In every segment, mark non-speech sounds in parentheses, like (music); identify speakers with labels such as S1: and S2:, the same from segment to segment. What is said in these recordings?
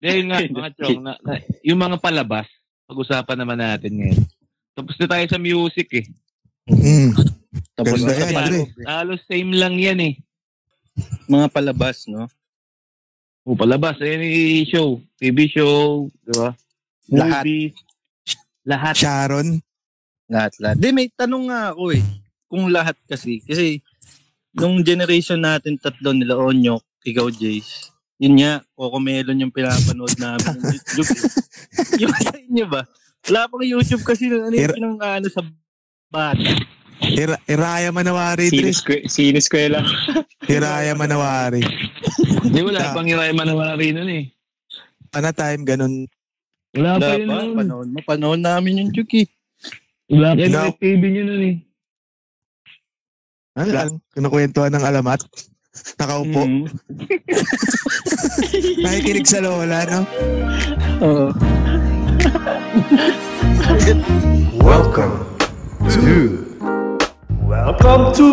S1: Dahil (laughs) nga, mga chong, na, na- yung mga palabas, pag-usapan naman natin ngayon. Tapos na tayo sa music eh.
S2: Mm.
S3: Tapos
S2: Ganda
S3: sa
S2: yan,
S3: pal-
S2: Dre.
S1: Halos same lang yan eh.
S3: mga palabas, no?
S1: O Oh, palabas, any show, TV show, di ba?
S3: Lahat.
S1: Movies, lahat.
S2: Sharon.
S3: Lahat, lahat. Di, may tanong nga ako eh. Kung lahat kasi. Kasi, nung generation natin, tatlo nila, Onyok, ikaw, Jace. Yun nga, Coco Melon yung pinapanood namin ng YouTube. eh. (laughs) yung sa inyo ba? Wala pang YouTube kasi nun, ano yung
S2: Pero-
S3: pinang ano sa bata.
S2: Ira- Iraya Manawari, Dre.
S4: Siniskwela.
S2: Iraya Manawari.
S1: Di wala pang iray manawari nun eh.
S2: Pana Ano time, ganun.
S1: Wala pa
S3: Wala
S1: yun ano.
S3: pa,
S1: nun.
S3: panahon mo. Panahon namin yung Chucky.
S1: Wala pa yun
S2: Wala.
S1: yung TV nyo nun eh.
S2: Ano, ano, kinukwentuhan ng alamat. Nakaupo.
S3: Mm.
S2: Nakikinig sa lola, no?
S3: Oo.
S5: Welcome to. Welcome to.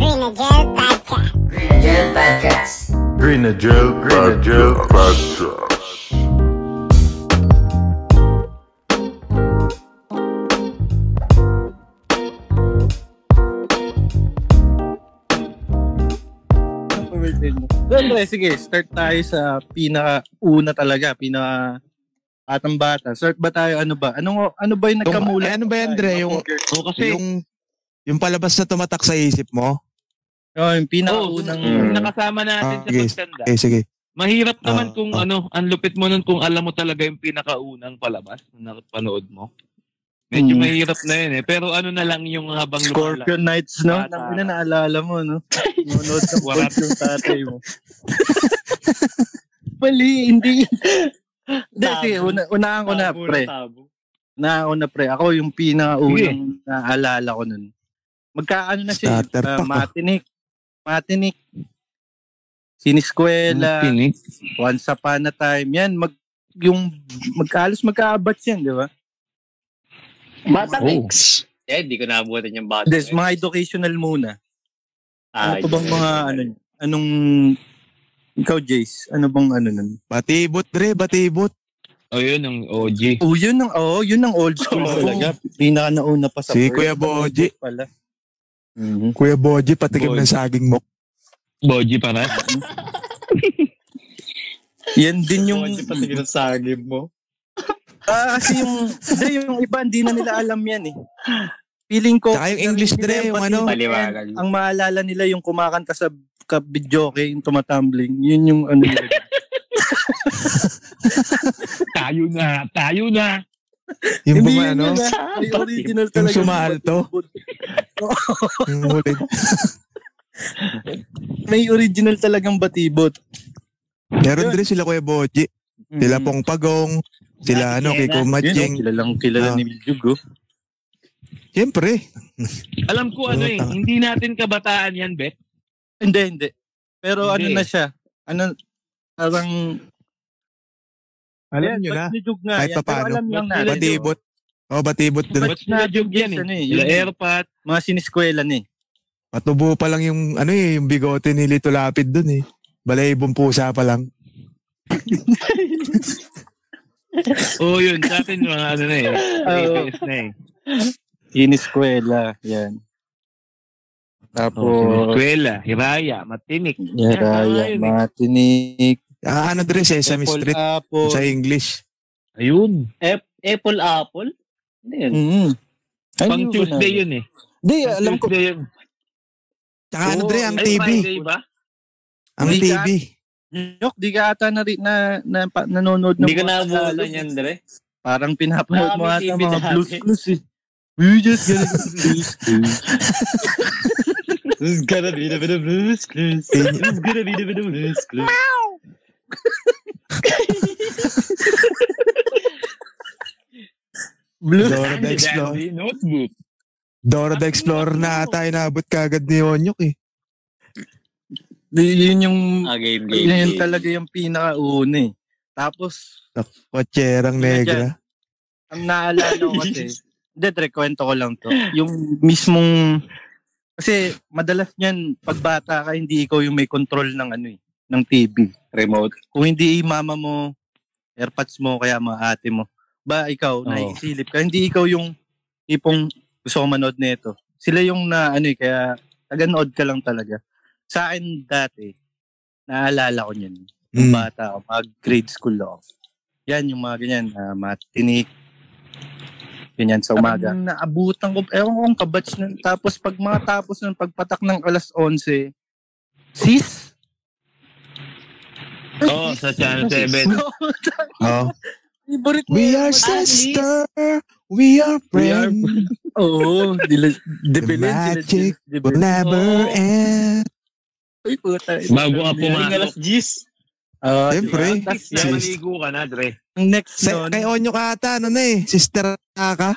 S6: Renegade Podcast. Renegade Podcast.
S5: Grenadier Grenadier
S3: Overrated mo. Well, Dre, sige, start tayo sa pinaka-una talaga, pinaka atang bata. Start ba tayo, ano ba? Anong, ano ba yung
S2: eh,
S3: nagkamula?
S2: ano ba yan, Dre? Yung-
S1: O Oh, kasi,
S2: Yung, yung palabas na tumatak sa isip mo.
S3: Oh, yung
S1: oh,
S3: pinaka-unang...
S1: nakasama natin
S2: Ah,
S1: sa
S2: okay.
S1: pagtanda.
S2: Eh, sige.
S1: Mahirap naman
S2: Ah,
S1: kung
S2: ah.
S1: ano, ang lupit mo nun kung alam mo talaga yung pinakaunang palabas na napanood mo. Medyo
S3: Hmm.
S1: mahirap na yun eh. Pero ano na lang yung habang lumala.
S3: Scorpion Knights, no?
S1: Bata.
S3: Nang una naalala mo, no? Manood ng
S1: Warat.
S3: Warap yung tatay mo. Mali, (laughs) hindi. Hindi,
S4: Tabo.
S3: sige, una, unaan ko na, pre.
S4: Tabo.
S3: Unaan ko na, pre. Ako yung pinakaunang naalala ko nun. Magkaano na siya?
S2: Starter
S3: Uh,
S2: pack, ah.
S3: matinik. Matinik. Siniskwela.
S1: Pinik.
S3: Once upon a time. Yan, mag, yung magkalos magkaabat yan, di ba?
S4: Batang
S1: Oh.
S4: X. Eh, hindi ko naabutan yung batang
S3: Des, mga educational muna. Ano
S4: Ah,
S3: pa bang
S4: yun.
S3: mga ano? Anong ikaw Jace, ano bang ano nun?
S2: Batibot, Dre. Batibot.
S1: O Oh, yun, ang OG.
S3: Oh, yun ang oh, yun ang old school
S4: Oo.
S3: talaga. Pinaka nauna pa sa first.
S2: Si Kuya Boji.
S3: Pala. Mhm.
S2: Kuya Boji, patikim ng saging mo.
S1: Boji para.
S3: Yan din yung
S4: Yung patigil ng sagib mo.
S3: ah, kasi yung hindi, yung iba hindi na nila alam yan eh. Feeling ko
S2: Tsaka yung English, Dre, yung ano.
S4: Paliwanag.
S3: ang maalala nila yung kumakanta sa kabidyo kay yung tumatumbling. Yun yung ano nila.
S1: tayo na, tayo na.
S2: (laughs) Yung
S3: Hindi
S2: buma,
S3: yun
S2: ano?
S3: yun, ah. Ay, original
S2: Yung
S3: talaga. (laughs)
S2: sumaalto. Yung huli.
S3: May original talagang batibot.
S2: Meron, Dre, sila Kuya Boji. Sila Pong Pagong. Sila, ano, Kiko
S3: Hmm. Yun, oh,
S2: Majing.
S3: kilalang kilala
S2: Ah.
S3: ni Miljugo.
S2: Siyempre.
S1: Alam ko ano eh,
S2: Puta.
S1: hindi natin kabataan yan, Bet.
S3: Hindi, hindi. Pero ano
S1: Hindi.
S3: na siya? Ano, parang...
S2: Alam nyo na.
S3: Batinijog nga
S2: ah? Kahit
S3: yan. Pero
S2: papaano.
S3: alam lang
S1: Ba't
S3: natin.
S2: Batibot. Oh, batibot, Dre.
S3: Ba't-
S1: Ba't sinajog yan
S3: Ano
S1: eh?
S3: eh,
S1: Sila
S3: yun eh.
S1: Airpat.
S3: Mga siniskwela na eh.
S2: Matubo pa lang yung, ano eh, yung bigote ni Lito Lapid dun eh. Balaybong pusa pa lang.
S1: O oh, yun, sa atin mga ano na
S3: (laughs)
S1: eh. Latest na eh.
S3: Siniskwela. Yan.
S1: Oh,
S3: Tapos...
S1: Eskwela, Hiraya, Matinik.
S3: Yaraya,
S1: Ayun eh.
S3: Matinik.
S2: Ah, ano Dre, Sesame
S3: Apple,
S2: Street
S3: Apple.
S2: sa English.
S1: Ayun.
S4: Apple Apple? Ano yun?
S3: Mm. Ay,
S1: Pang
S3: hindi ko
S1: Tuesday
S3: na-
S1: yun eh.
S3: Hindi,
S1: Pang
S3: alam ko.
S1: Tuesday yun.
S2: Tsaka ano
S3: Oo,
S2: Dre, ang
S1: Ay,
S2: TV.
S1: Oh, Friday ba?
S2: Ang
S3: Hindi ka-
S2: TV.
S3: Yok, di ka ata na, na, na, pa- nanonood ng
S4: Hindi ko
S3: mga
S4: naabutan
S3: Tagalog.
S4: yan, Dre.
S3: Parang pinapanood mo
S4: Marami
S3: ata
S4: TV
S3: mga
S4: dati.
S3: blues blues eh. We just gonna do blues blues.
S4: This is gonna be the bit of blues clues. This is gonna be the bit of blues clues.
S3: Blues.
S2: Dora the Explorer. Dora the Explorer na ata inabot kagad ni Onyok eh.
S3: (laughs) Di- Yun yung,
S4: Ah, game,
S3: yun
S4: game,
S3: yung
S4: game.
S3: talaga yung pinakauna eh. Tapos,
S2: Kotserang negra.
S3: ang naalala (laughs) ko kasi, hindi, Dre, kwento ko lang to. Yung mismong, kasi madalas niyan, pag bata ka, hindi ikaw yung may control ng ano eh, ng TV.
S4: Remote.
S3: Kung hindi mama mo, airpods mo, kaya mga ate mo. Ba,
S1: Oo.
S3: ikaw, naisilip ka. Hindi ikaw yung tipong gusto ko manood nito. Sila yung na, ano eh, kaya taganood ka lang talaga. Sa akin dati, naalala ko yun. Yung
S2: Mm.
S3: bata ako, mag grade school ako. Yan, yung mga ganyan, uh, matini, ganyan sa umaga. Parang naabutan ko, ewan ko kung kabatch nun. Tapos pag matapos nun, pagpatak ng alas 11, sis?
S1: Oo, Oh, sa Channel 7.
S2: Oh.
S3: Favorite mo
S2: We
S3: yan,
S2: are
S3: Matis.
S2: sister, we
S3: We are
S2: are friends,
S3: Oo, dila- depilin sila.
S2: magic
S3: dila- depilin.
S2: will never
S3: Oo.
S2: end.
S3: Ay, puta.
S1: Bago ka
S4: Pumain
S1: pumasok.
S4: alas 10.
S3: Ah,
S2: Siyempre.
S3: diba? Tas
S1: Yan,
S2: Sis.
S1: maligo ka na, Dre.
S3: Ang next
S2: Sa,
S3: nun,
S2: kay Onyo ka ata, ano na eh, sister na ka.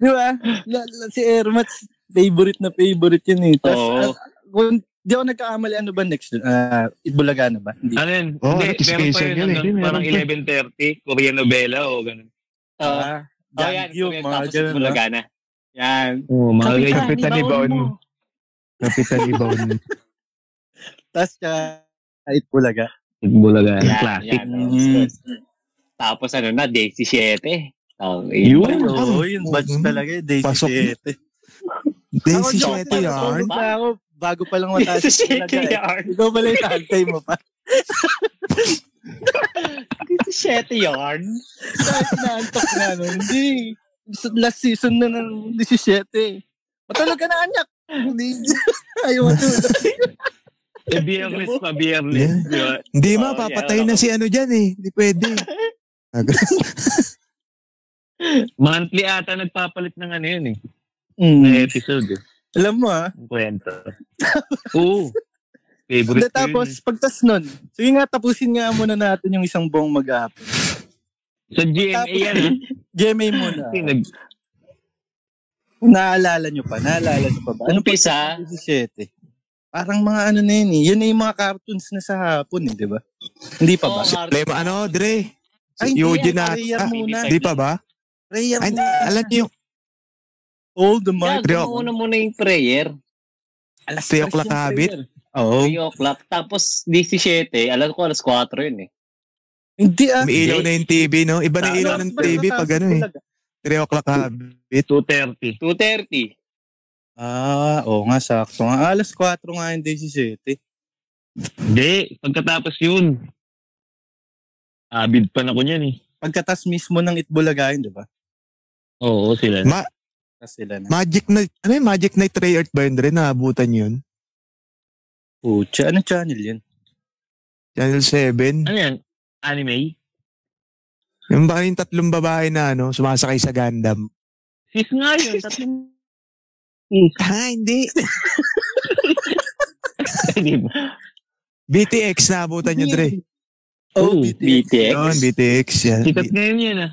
S3: di ba? La- la- Si Ermats, favorite na favorite yun eh. Tas,
S4: Oo.
S3: ah, kung di ako nagkakamali, ano ba next? Ah, Itbulaga na ba? Hindi.
S1: Ano yun?
S2: Oo,
S1: Hindi,
S2: ano,
S1: meron pa
S2: special
S1: yun.
S2: yun eh.
S1: ano,
S2: Hindi, meron
S1: Parang
S2: pa.
S1: 11.30, Korean novela o ganun.
S4: Ah, oh, yan.
S3: Yung
S4: Yung
S3: mga
S4: tapos
S3: ganun, no?
S4: Bulaga na. Yan.
S1: Oo, Oh, mga ganyan.
S2: Kapitan ni Baon. Kapitan ni Baon.
S3: Tas ka, Itbulaga.
S1: Bulaga.
S4: Yan,
S1: Classic.
S4: yan, oh. (laughs)
S3: Mm.
S4: Tapos ano na, day 17. Oh,
S1: Yun.
S4: yun.
S3: Oo, yung batch
S2: Mm.
S3: talaga eh. Day
S2: Pasok.
S3: 17. Ako,
S2: Daisy
S3: joke
S2: Shueto
S3: lang,
S2: yarn.
S3: tulog pa ako, bago pa lang
S4: Day
S3: mataas. Itbulaga
S4: 17
S3: eh. (laughs)
S4: yarn.
S3: Ikaw pala yung tantay mo (laughs) pa.
S4: Day 17 yarn.
S3: Kahit naantok na nun, hindi. Last season na ng 17. eh. Matulog ka na, anak! Hindi. (laughs) Ayaw matulog.
S1: Eh, Biyernes pa, Biyernes.
S2: Yeah.
S1: di ba?
S2: Hindi
S3: Oh,
S4: Oo,
S2: ma,
S4: yan,
S2: papatay
S4: ano.
S2: na si ano dyan eh. Hindi
S3: (laughs)
S2: pwede.
S1: Monthly ata nagpapalit ng ano yun eh. Na
S3: Mm.
S1: episode eh.
S3: Alam mo ah.
S1: Ang
S2: (laughs)
S1: kwento. Oo. Favorite
S3: Hindi,
S1: ko yun
S3: tapos, pagtas nun, sige nga, tapusin nga muna natin yung isang buong mag
S1: eh. Sa GMA
S3: Tapos,
S1: yan ah.
S3: GMA muna.
S2: (laughs)
S1: Kasi nag-
S3: Kung naalala nyo pa, naalala nyo pa ba? Ano pa
S4: Umpisa.
S3: 17? Parang mga ano na yun eh. Yun na yung mga cartoons na sa hapon eh, di ba? Hindi pa ba?
S4: Oo, Mar-
S2: Lema, ano, (laughs) Dre?
S3: Ay,
S2: Si
S3: hindi
S2: Eugene
S3: yan,
S2: na.
S3: Prayer
S2: Ah,
S3: muna.
S2: Di pa ba?
S3: Prayer
S2: Ay,
S3: muna.
S2: alam niyo,
S3: All the
S4: Yeah,
S3: might.
S4: gumuuna muna yung prayer.
S3: Alas tres
S2: Three o'clock
S3: yung
S2: habit.
S3: prayer. Oo.
S4: 3 o'clock. oh, Tapos 17, alas ko alas 4 yun eh.
S3: Hindi ah.
S2: umiilaw na yung TV, no? Iba na
S1: Tama.
S2: ilaw ng TV pag ano eh. 3 o'clock habit.
S1: 2.30.
S4: 2.30.
S3: Ah, oo nga, sakto nga. Alas 4 nga yung day 17.
S1: Hindi. Pagkatapos yun. Abid pa na ko niyan eh.
S3: Pagkatas mismo ng Itbulagayan, di ba?
S1: Oo, sila.
S2: Ma-
S3: Tapos sila na.
S2: Magic Night, ano yung Magic Night Ray Earth ba yun, Dre? Naabutan yun?
S3: Pucha, ano channel yun?
S2: Channel 7.
S1: Ano yan? Anime?
S2: Yung ba yung tatlong babae na ano, sumasakay sa Gundam?
S1: Sis nga yun.
S2: (laughs)
S1: Tatlong
S2: Ha, Ah, (laughs) hindi.
S1: (laughs) di ba?
S2: BTX naabutan yun, Dre.
S1: Oh,
S4: BTX.
S2: Yun, BTX. Yan.
S1: Sikat ngayon yan ah.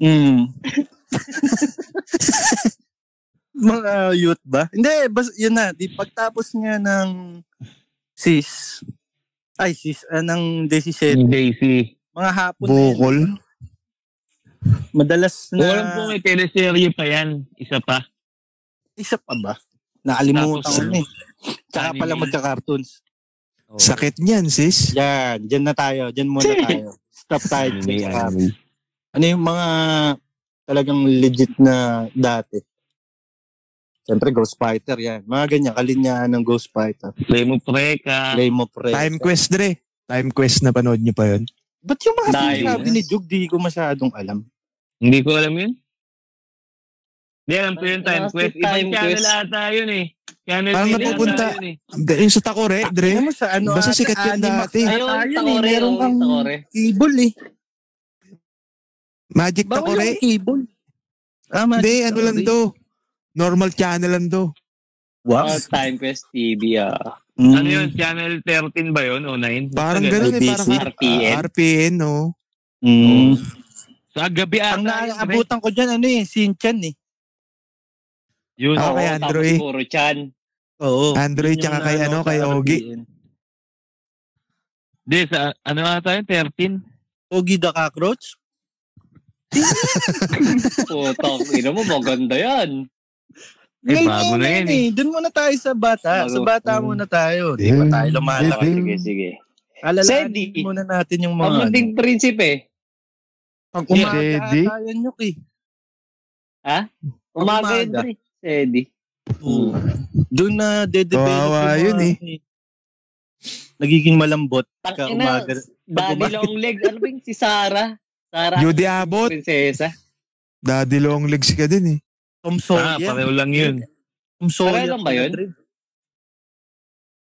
S3: Mm. (laughs) Mga youth ba? Hindi, bas, yun na. Di, pagtapos niya ng sis, ay sis, ah, ng day 17,
S1: Mm. Daisy.
S3: mga hapon na yun.
S2: Bukol.
S3: Madalas na,
S1: Walang po may teleserye pa yan. Isa pa.
S3: isa pa ba? Nakalimutan
S1: Tapos,
S3: ko na eh. Tsaka
S1: anime.
S3: pala magka-cartoons.
S2: Sakit niyan, sis.
S3: Yan, dyan na tayo. Dyan muna tayo. Stop tayo.
S1: Anime,
S3: Tsaka,
S1: anime.
S3: ano yung mga talagang legit na dati? Siyempre, Ghost Fighter yan. Mga ganyan, kalinyaan ng Ghost Fighter.
S1: Play mo preka.
S3: Play mo, pre.
S2: Time Quest, Dre. Time Quest na panood niyo pa yun.
S3: Ba't yung mga
S4: Dahil-
S3: sinasabi ni Jug, di ko masyadong alam.
S1: Hindi ko alam yun. Hindi alam ko yung time
S4: Last
S1: quest.
S4: time
S1: Ibang channel
S4: quest.
S1: ata yun eh. Channel
S2: Parang
S1: nila ata
S2: napupunta.
S1: yun eh.
S2: Yung sa Takore, Dre.
S3: Alam mo sa ano,
S2: Basta
S3: ate,
S2: sikat yun
S3: Animax
S2: dati.
S3: ata
S4: Ayun, oh,
S3: yun eh,
S4: Takore,
S3: meron
S4: oo,
S3: kang
S4: Takore.
S3: cable eh.
S2: Magic
S3: Bawal
S2: Takore.
S3: yung cable. Ah, Magic
S2: Hindi, ano
S3: Takore.
S2: lang to. Normal channel lang to.
S3: Wow.
S4: Oh, Time Quest TV ah.
S3: Mm.
S1: Ano yun? Channel 13 ba yun? O 9?
S2: Parang ganun eh. Parang
S3: ABC,
S4: RPN.
S2: RPN. RPN, no?
S3: Mm.
S1: Sa gabi ata.
S3: Ang
S1: yun, eh. Dre.
S3: naaabutan ko dyan, ano eh, Sinchan eh.
S1: Yun.
S2: Ako
S4: Oo,
S2: kay
S4: tapos
S2: Andrew eh.
S4: Puro chan.
S3: Oo.
S2: Android
S3: Yun
S2: Ah, tsaka
S3: yung
S2: kay
S3: na-
S2: ano, kay
S3: sa
S2: Ogi.
S3: RPN.
S1: Hindi, sa ano ata yun? 13?
S3: Ogi the Cockroach?
S4: Putang, ino mo, maganda yan.
S1: Eh,
S3: Ngayon
S1: bago na
S3: ngayon
S1: yan eh.
S3: Doon muna tayo sa bata. Sa
S4: Bago.
S3: bata muna tayo. Di
S2: Yeah.
S3: ba tayo lumalaki?
S4: Sige, sige.
S3: Alalaan
S4: Sandy.
S3: muna natin yung mga... ano.
S4: Pamunding prinsipe.
S3: Pag umaga
S2: Yeah.
S3: ata
S2: Sandy.
S3: yun yuk eh.
S4: Umaga
S3: Umaga.
S4: yun, pre. Sandy.
S3: Doon na de-develop
S2: Kawawa
S3: yung
S2: yun eh.
S3: mga- ano, Nagiging malambot. Pagka
S4: Tangina,
S3: umaga.
S4: daddy
S3: umaga.
S4: long leg. Ano ba yung si Sarah? Sarah,
S2: Judy Abot.
S4: prinsesa.
S2: Daddy long legs ka din eh.
S3: Tom
S1: Ah,
S3: Sawyer.
S1: pareho lang yun.
S3: Tom Sawyer.
S4: Pareho lang ba yun?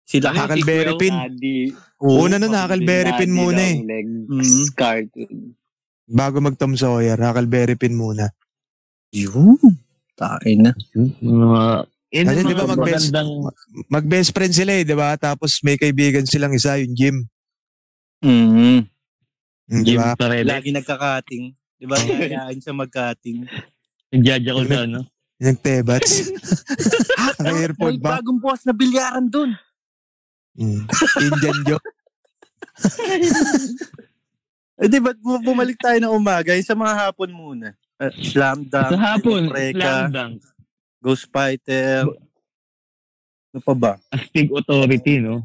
S3: Sila
S1: Ano
S3: Huckleberry.
S2: Huckleberry
S1: sequel?
S2: Pin.
S4: Daddy.
S2: Una nun, Huckleberry Pin muna eh.
S4: Daddy long
S3: Mm.
S4: legs. Cartoon.
S2: Bago mag Tom Sawyer, Huckleberry Pin muna.
S3: Yun. Tain na.
S1: Uh, yun
S2: Kasi
S1: yung
S2: di ba
S1: mga
S2: mag-best-
S1: magandang...
S2: Mag best friend sila eh, di ba? Tapos may kaibigan silang isa, yung Jim.
S4: Mm-hmm.
S3: Mm.
S2: Mm, Di
S1: Jim
S2: ba?
S1: Paredes.
S3: Lagi nagkakating. Di ba? Kayaan siya magkating.
S1: Jaja ko na, no?
S2: Yung
S3: (laughs)
S2: Tebats.
S3: Ah, May
S2: Naka-earphone ba?
S3: bagong boss na bilyaran doon.
S2: Mm. Indian joke.
S3: Eh di ba bu- bumalik tayo ng umaga? Yung Sa mga hapon muna. Uh, slam dunk.
S1: Sa hapon,
S3: Preka,
S1: slam dunk.
S3: Ghost Fighter. Ano pa ba?
S1: Astig authority, no?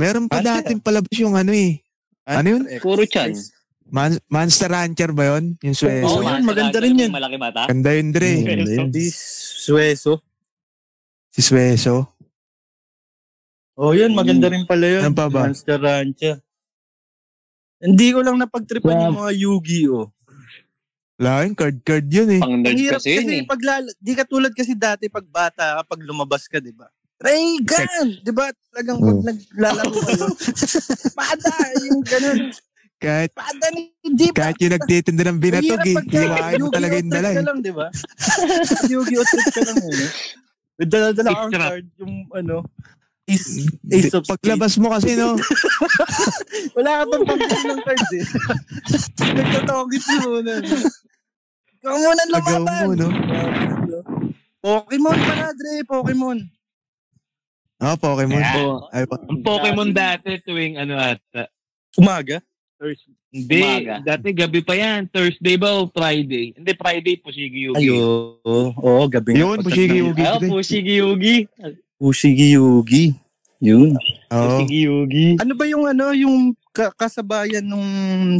S2: Meron pa
S4: Ano?
S2: dating palabas yung ano eh. Ano yun?
S4: Puro chan.
S2: Man- Monster Rancher ba yun? Yung
S3: Oo,
S7: Oh,
S2: Sueso.
S3: yun,
S4: Master
S3: maganda
S4: Hunter,
S3: rin
S4: yung
S3: yun.
S4: Malaki mata.
S2: Ganda yun, Dre.
S1: Ganda yun.
S3: Di Sueso.
S2: Si Sueso.
S3: Oh, yun. Maganda rin pala yun.
S2: Ano pa ba?
S3: Monster Rancher. Hindi ko lang napagtripan
S1: Wow.
S3: yung mga Yu-Gi-Oh.
S2: Wala yun, card-card yun eh.
S4: Pang nerd
S3: Ang hirap
S4: kasi
S3: kasi,
S4: yun eh.
S3: pag lala- di ka tulad kasi dati pag bata ka, pag lumabas ka, di ba? Reagan! Di ba? Talagang pag
S2: Hmm.
S3: naglalaro kayo. Pada! Yung ganun.
S2: Kahit,
S3: Pada ni Deep.
S2: kahit yung nagtitinda ng binatog eh. Iwain mo talaga yung dala eh.
S3: Ka lang, di ba? (laughs) Yu-Gi-Oh! trip ka lang eh. May Dala-dala kang
S1: Extra.
S3: card. Yung ano, Ace, Ace of Spades.
S2: Paglabas mo kasi no,
S3: Wala ka pang pambili ng card (laughs) eh. Nagtatokit muna. Ikaw muna
S2: agaw
S3: lumaban.
S2: mo no.
S3: Pokemon pa na, Dre. Pokemon.
S2: Ah, Pokemon.
S1: Yeah.
S2: Ay, pa-
S1: Ang Pokemon dati tuwing ano ata.
S3: Umaga?
S1: Hindi,
S4: Umaga.
S1: dati gabi pa yan. Thursday ba o Friday? Hindi, Friday po si Yugi.
S3: Ayo. Oo, gabi nga.
S2: Yun, Pushigi Yugi.
S4: Ayaw, Pushigi Yugi.
S3: Pushigi Yugi. Yun.
S2: Oo.
S4: Pushigi Yugi.
S3: Ano ba yung ano, yung ka- kasabayan nung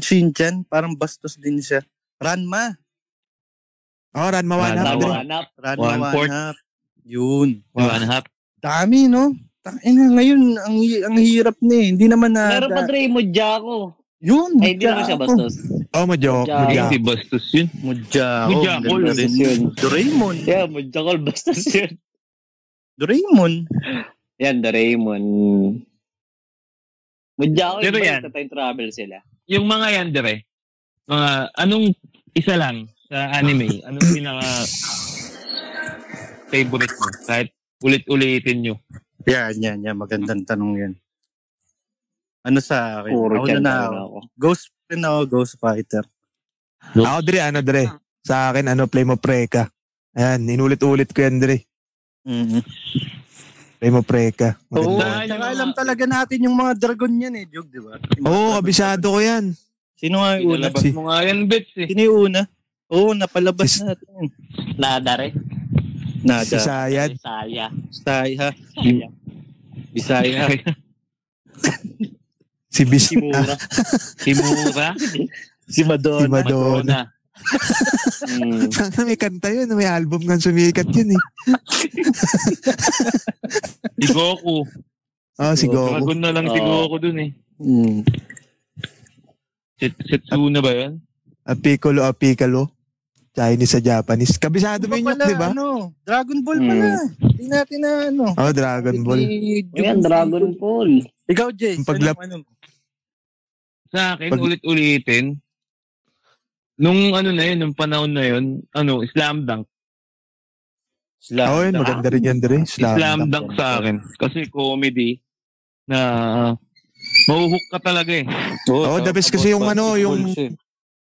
S3: Shinchan? Parang bastos din siya. Ranma.
S2: Oh, Ranma Wanap.
S1: Ranma
S2: Dre.
S4: Tawanap.
S3: Ranma
S1: One-fourth.
S3: Wanap. Yun.
S1: One and a half.
S3: Dami, no? Tangin na, ngayon, ang, hi- ang hirap na eh. Hindi naman na...
S4: Meron pa Dre, Mujako.
S3: Yun.
S4: Ay, hindi naman siya bastos.
S2: Oh, Majok.
S4: Mujak.
S1: Ay,
S2: Majok.
S1: hindi bastos yun.
S3: Mujako.
S1: Mujako,
S3: Ganda rin
S4: bastos yun.
S3: Doraemon.
S4: Yeah, Mujako, (laughs) bastos yun.
S3: Doraemon.
S4: Yan, Doraemon. Mujako,
S1: Pero
S4: iba
S1: yan.
S4: yun, sa time travel sila.
S1: Yung mga yan, dire. Mga, anong isa lang sa anime? Anong pinaka favorite mo? Kahit ulit-ulitin nyo.
S3: Yan, yan, yan. Magandang tanong yan. Ano sa akin?
S4: Puro
S3: Ako
S4: chan
S3: na na
S4: talaga
S3: ako.
S4: ako.
S3: Ghost rin ako, Ghost Fighter.
S2: Ako, Dre, ano, Dre? Sa akin, ano, Play Mo Preka. Ayan, inulit-ulit ko yan, Dre.
S3: Mm-hmm.
S2: Play Mo Preka.
S3: Oo,
S2: Maganda.
S1: Dahil
S3: tsaka
S1: yung mga-
S3: alam talaga natin yung mga dragon yan eh, Jog, di ba? Yung mga
S2: Oo,
S3: dragon.
S2: kabisado ko yan.
S3: Sino nga yung una?
S1: Pinalabas
S2: si-
S1: mo nga yan, bits eh.
S4: (laughs)
S3: Sino yung una? Oo, napalabas
S2: Si-
S3: natin. yun.
S4: Nada rin.
S2: Si
S3: Nada.
S2: Sayad.
S4: Saya.
S3: Bisaya.
S4: Saya.
S3: Bisaya.
S2: (laughs) Si Bis.
S4: Kimura.
S1: Kimura.
S3: si
S2: Si
S3: Madonna.
S1: Madonna.
S2: Madonna.
S4: (laughs) Mm.
S2: may kanta yun. May album nga sumikat yun eh.
S1: Si Goku.
S2: Oh, si Goku.
S1: Dragon na lang si
S4: Oo.
S1: Goku dun eh.
S3: Mm.
S1: Si Setsuna ba yan?
S2: A Ah, Piccolo, a Piccolo. Chinese sa Japanese. Kabisado
S3: Ano
S2: mo yun,
S3: pala,
S2: di ba?
S3: ano? Dragon Ball pala.
S4: Mm.
S3: Hindi natin na ano.
S2: Oh, Dragon Ball.
S3: Ni-
S4: Yan, Dragon Ball.
S3: Ikaw, Jay.
S2: Yung paglap-
S3: Ano, ano?
S1: Sa akin,
S2: Pag-
S1: ulit-ulitin. Nung ano na yun, nung panahon na yun, ano, slam dunk.
S3: Slam.
S2: Oh, yun, maganda rin yan, Dre.
S1: Slam,
S2: Slam.
S1: dunk sa akin. Kasi comedy na uh, mauhook ka talaga eh.
S2: Oo, the best kasi yung ano, yung-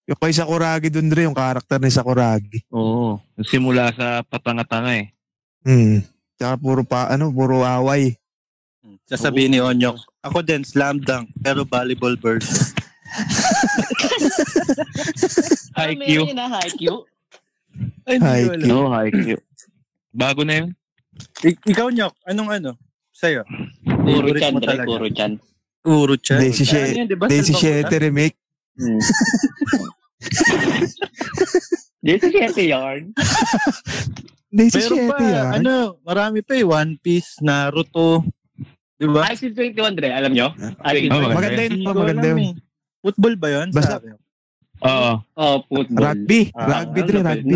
S2: Yung kay Sakuragi dun, Dre. Yung karakter ni Sakuragi.
S1: Oo. Simula sa patanga-tanga eh.
S2: Hmm. Tsaka puro pa, ano, puro away.
S3: Sasabihin ni Onyok. Ako din, slam dunk, pero volleyball (laughs) version.
S1: High Q.
S4: Meron yun na, Haikyuu.
S3: Ay,
S2: Haikyuu.
S1: No, high Q. Bago na yun?
S3: Ik- ikaw, Nyok, anong ano? Sa'yo?
S7: Puro
S3: Favorite
S7: chan,
S3: mo
S7: Dre.
S3: talaga.
S7: Puro chan.
S3: Uro chan.
S2: Desi
S3: Ano
S2: She-
S3: yun, di ba?
S2: Desi
S3: Salbang
S2: Siete remake.
S7: Hmm. (laughs) Dito siya si Yarn.
S2: Desi
S3: Pero pa,
S2: Siete ah.
S3: ano, marami pa eh. One Piece, Naruto. Di ba?
S7: Ice 21, Dre. Alam nyo? Ice
S1: Oh,
S7: oh,
S2: Maganda yun
S3: Hindi
S2: pa,
S3: ko
S2: maganda
S3: alam
S2: yun.
S3: eh. Football ba yun?
S2: Basta-
S3: Sabi.
S1: Oo.
S7: oh, football.
S2: Rugby.
S7: ano
S3: Ah,
S2: Rugby dre, rugby.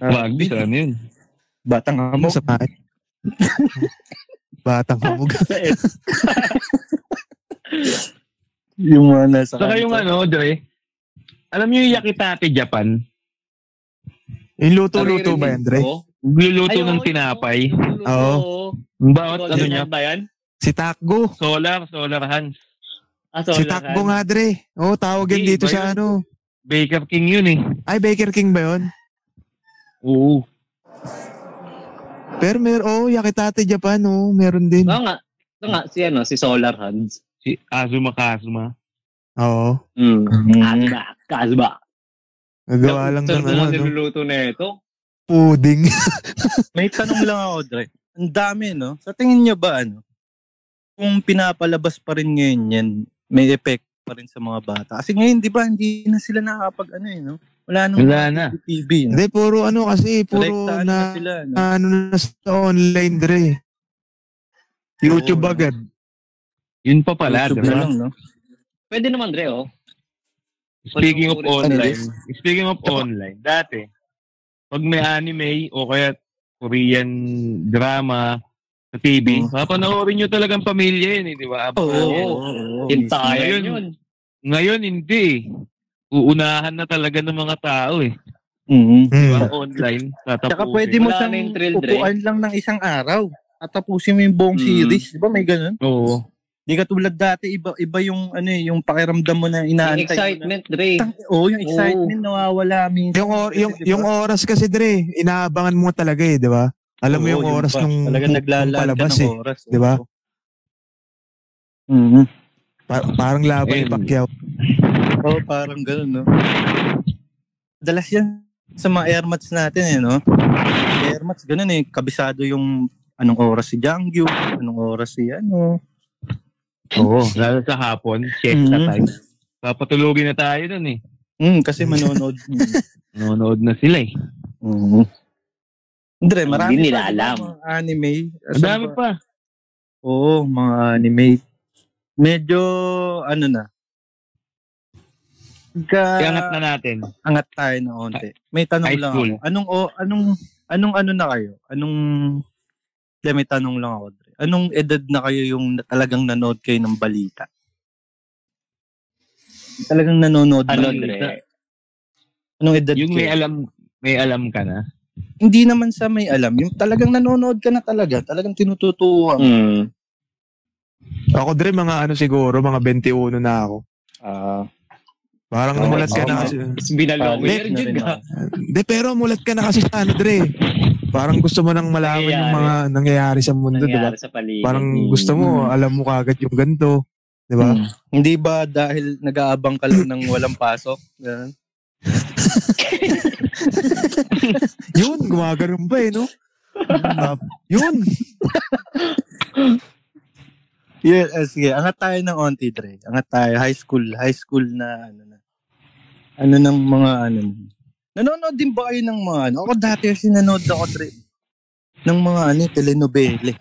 S1: Rugby, sa ano yun?
S3: Batang
S2: Ano
S3: amok.
S2: sa
S3: (laughs)
S2: pahit? Batang hamog.
S3: Yung mga nasa
S1: Saka yung ano, Dre, alam niyo yung Yakitate Japan?
S2: Yung luto-luto
S3: eh.
S2: ba yan, Dre?
S1: Nagluluto ng tinapay.
S2: Oo.
S1: Ang Bawat
S7: Ano
S1: ano niya,
S7: ba yan?
S2: Si Takgo.
S1: solar, solar hands.
S7: Ah,
S2: Si
S7: solar
S2: Takbo
S7: hand.
S2: nga, Dre. Oo, tawagin
S1: Hindi,
S2: dito
S1: iba
S2: sa
S1: yun.
S2: ano.
S1: Baker King yun eh.
S2: Ay, Baker King ba yun?
S1: Oo.
S2: Pero meron, oh, Yakitate Japan, oh, meron din.
S7: Oo nga. Ito nga, si ano, si Solar Hands.
S1: Si Azuma Kazuma.
S2: Oo.
S7: Mm.
S3: Mm.
S7: Kazba. Kazba.
S2: Nagawa lang ng
S7: Saan
S2: ano,
S7: kung
S2: no?
S7: niluluto na ito?
S3: (laughs)
S2: Pudding.
S3: May tanong lang ako, Dre. Ang dami, no? Sa tingin nyo ba, ano? Kung pinapalabas pa rin ngayon yan, may effect pa rin sa mga bata. Kasi ngayon, di ba, hindi na sila nakakapag, ano, eh, no? Wala nang
S1: Wala na.
S3: TV, no?
S2: Hindi, puro ano kasi, puro
S3: Direktaan na,
S2: na,
S3: sila, no?
S2: na ano na sa online, Dre. YouTube
S3: Oo.
S2: agad.
S1: Yun pa pala,
S3: YouTube
S1: Dre.
S3: na lang, no?
S7: Pwede naman, Dre, oh.
S1: Speaking of
S7: Ano
S1: online, speaking of online, dati, pag may anime o kaya Korean drama sa TV,
S3: Mm.
S1: papanoorin nyo talagang pamilya yun, eh, di ba?
S3: Oo, oo,
S7: Oo.
S3: oo.
S7: Hintayan
S1: Ngayon.
S7: yun.
S1: Ngayon, hindi eh. Uunahan na talaga ng mga tao eh.
S3: Mhm.
S1: Diba?
S2: Mm.
S1: online, tatapusin.
S3: Tsaka pwede mo
S7: Wala
S3: siyang
S7: na yung thrill, Dre.
S3: upuan lang ng isang araw at tapusin mo yung buong
S7: Mm.
S3: series. Di ba may ganun?
S1: Oo.
S3: Hindi katulad dati, iba, iba yung, ano, eh, yung pakiramdam mo na
S7: Yung
S3: inaantay. mo na-
S7: excitement, Dre.
S3: Tang- Oo, yung excitement nawawala minsan.
S2: Yung, or, yung,
S3: Kasi, di ba?
S2: yung oras kasi, Dre, inaabangan mo talaga eh, di ba? Alam mo
S3: Oo,
S2: yung oras
S3: pa.
S2: nung,
S3: Talaga
S2: nung
S3: naglalaan
S2: palabas
S3: ka ng
S2: eh.
S3: oras.
S2: di ba?
S3: Oo.
S7: Mm-hmm.
S3: Mhm.
S2: Pa- parang laban ni
S1: Ayun.
S2: Pacquiao.
S3: Oo, parang ganun, no? Dalas yan sa mga airmats natin, eh, no? Airmats, ganun eh. Kabisado yung anong oras si Janggu, anong oras si ano.
S1: Oo. Lalo sa hapon, check na
S3: Mhm.
S1: tayo. Papatulogin na tayo dun eh.
S3: Mm, kasi
S7: (laughs)
S3: manonood.
S1: Nanonood na sila eh.
S3: mm. Andre, marami
S7: Mm-hmm. Hindi nila
S3: pa
S7: alam.
S3: mga anime.
S1: Ang dami pa.
S3: Oo, mga anime. Medyo, ano na. Ka...
S1: Iangat na natin.
S3: angat tayo na onte. May tanong
S1: High
S3: lang
S1: school.
S3: ako. Anong o anong anong ano na kayo? Anong Hindi, may tanong lang ako. Dre. Anong edad na kayo yung na- talagang nanood kayo ng balita? Talagang nanonood ng
S7: Ano,
S3: balita?
S7: Dre?
S3: Anong edad
S1: Yung may
S3: kayo?
S1: alam, may alam ka na.
S3: Hindi naman sa may alam. Yung talagang nanonood ka na talaga. Talagang tinututuwa. mo.
S7: Mm.
S2: Ako, Dre, mga ano siguro, mga 21 na ako.
S3: Ah.
S2: Parang
S3: Oo,
S2: mulat ka
S3: tama.
S2: na kasi.
S7: Mas
S2: Ah,
S7: binalong.
S3: Late
S7: Meron
S3: Ah, na
S7: yun
S3: rin
S7: ka.
S3: ako.
S2: Hindi, pero mulat ka na kasi sa ano, Dre. Parang gusto mo nang malaman yung mga nangyayari sa mundo, di ba?
S7: Nangyari sa paligid.
S2: Diba? Parang gusto mo, alam mo kagad yung ganito, di ba?
S3: Hmm. Hindi ba dahil nag-aabang ka lang ng walang pasok? Ganun.
S2: Yun, gumagano'n ba eh, no? Tap- yun.
S3: Yeah, ah, sige, angat tayo ng onti, Dre. Angat tayo, high school, high school na ano na. Ano ng mga ano. Nanonood din ba kayo ng mga ano? Ako dati kasi nanonood ako, Dre, ng mga ano, telenovela.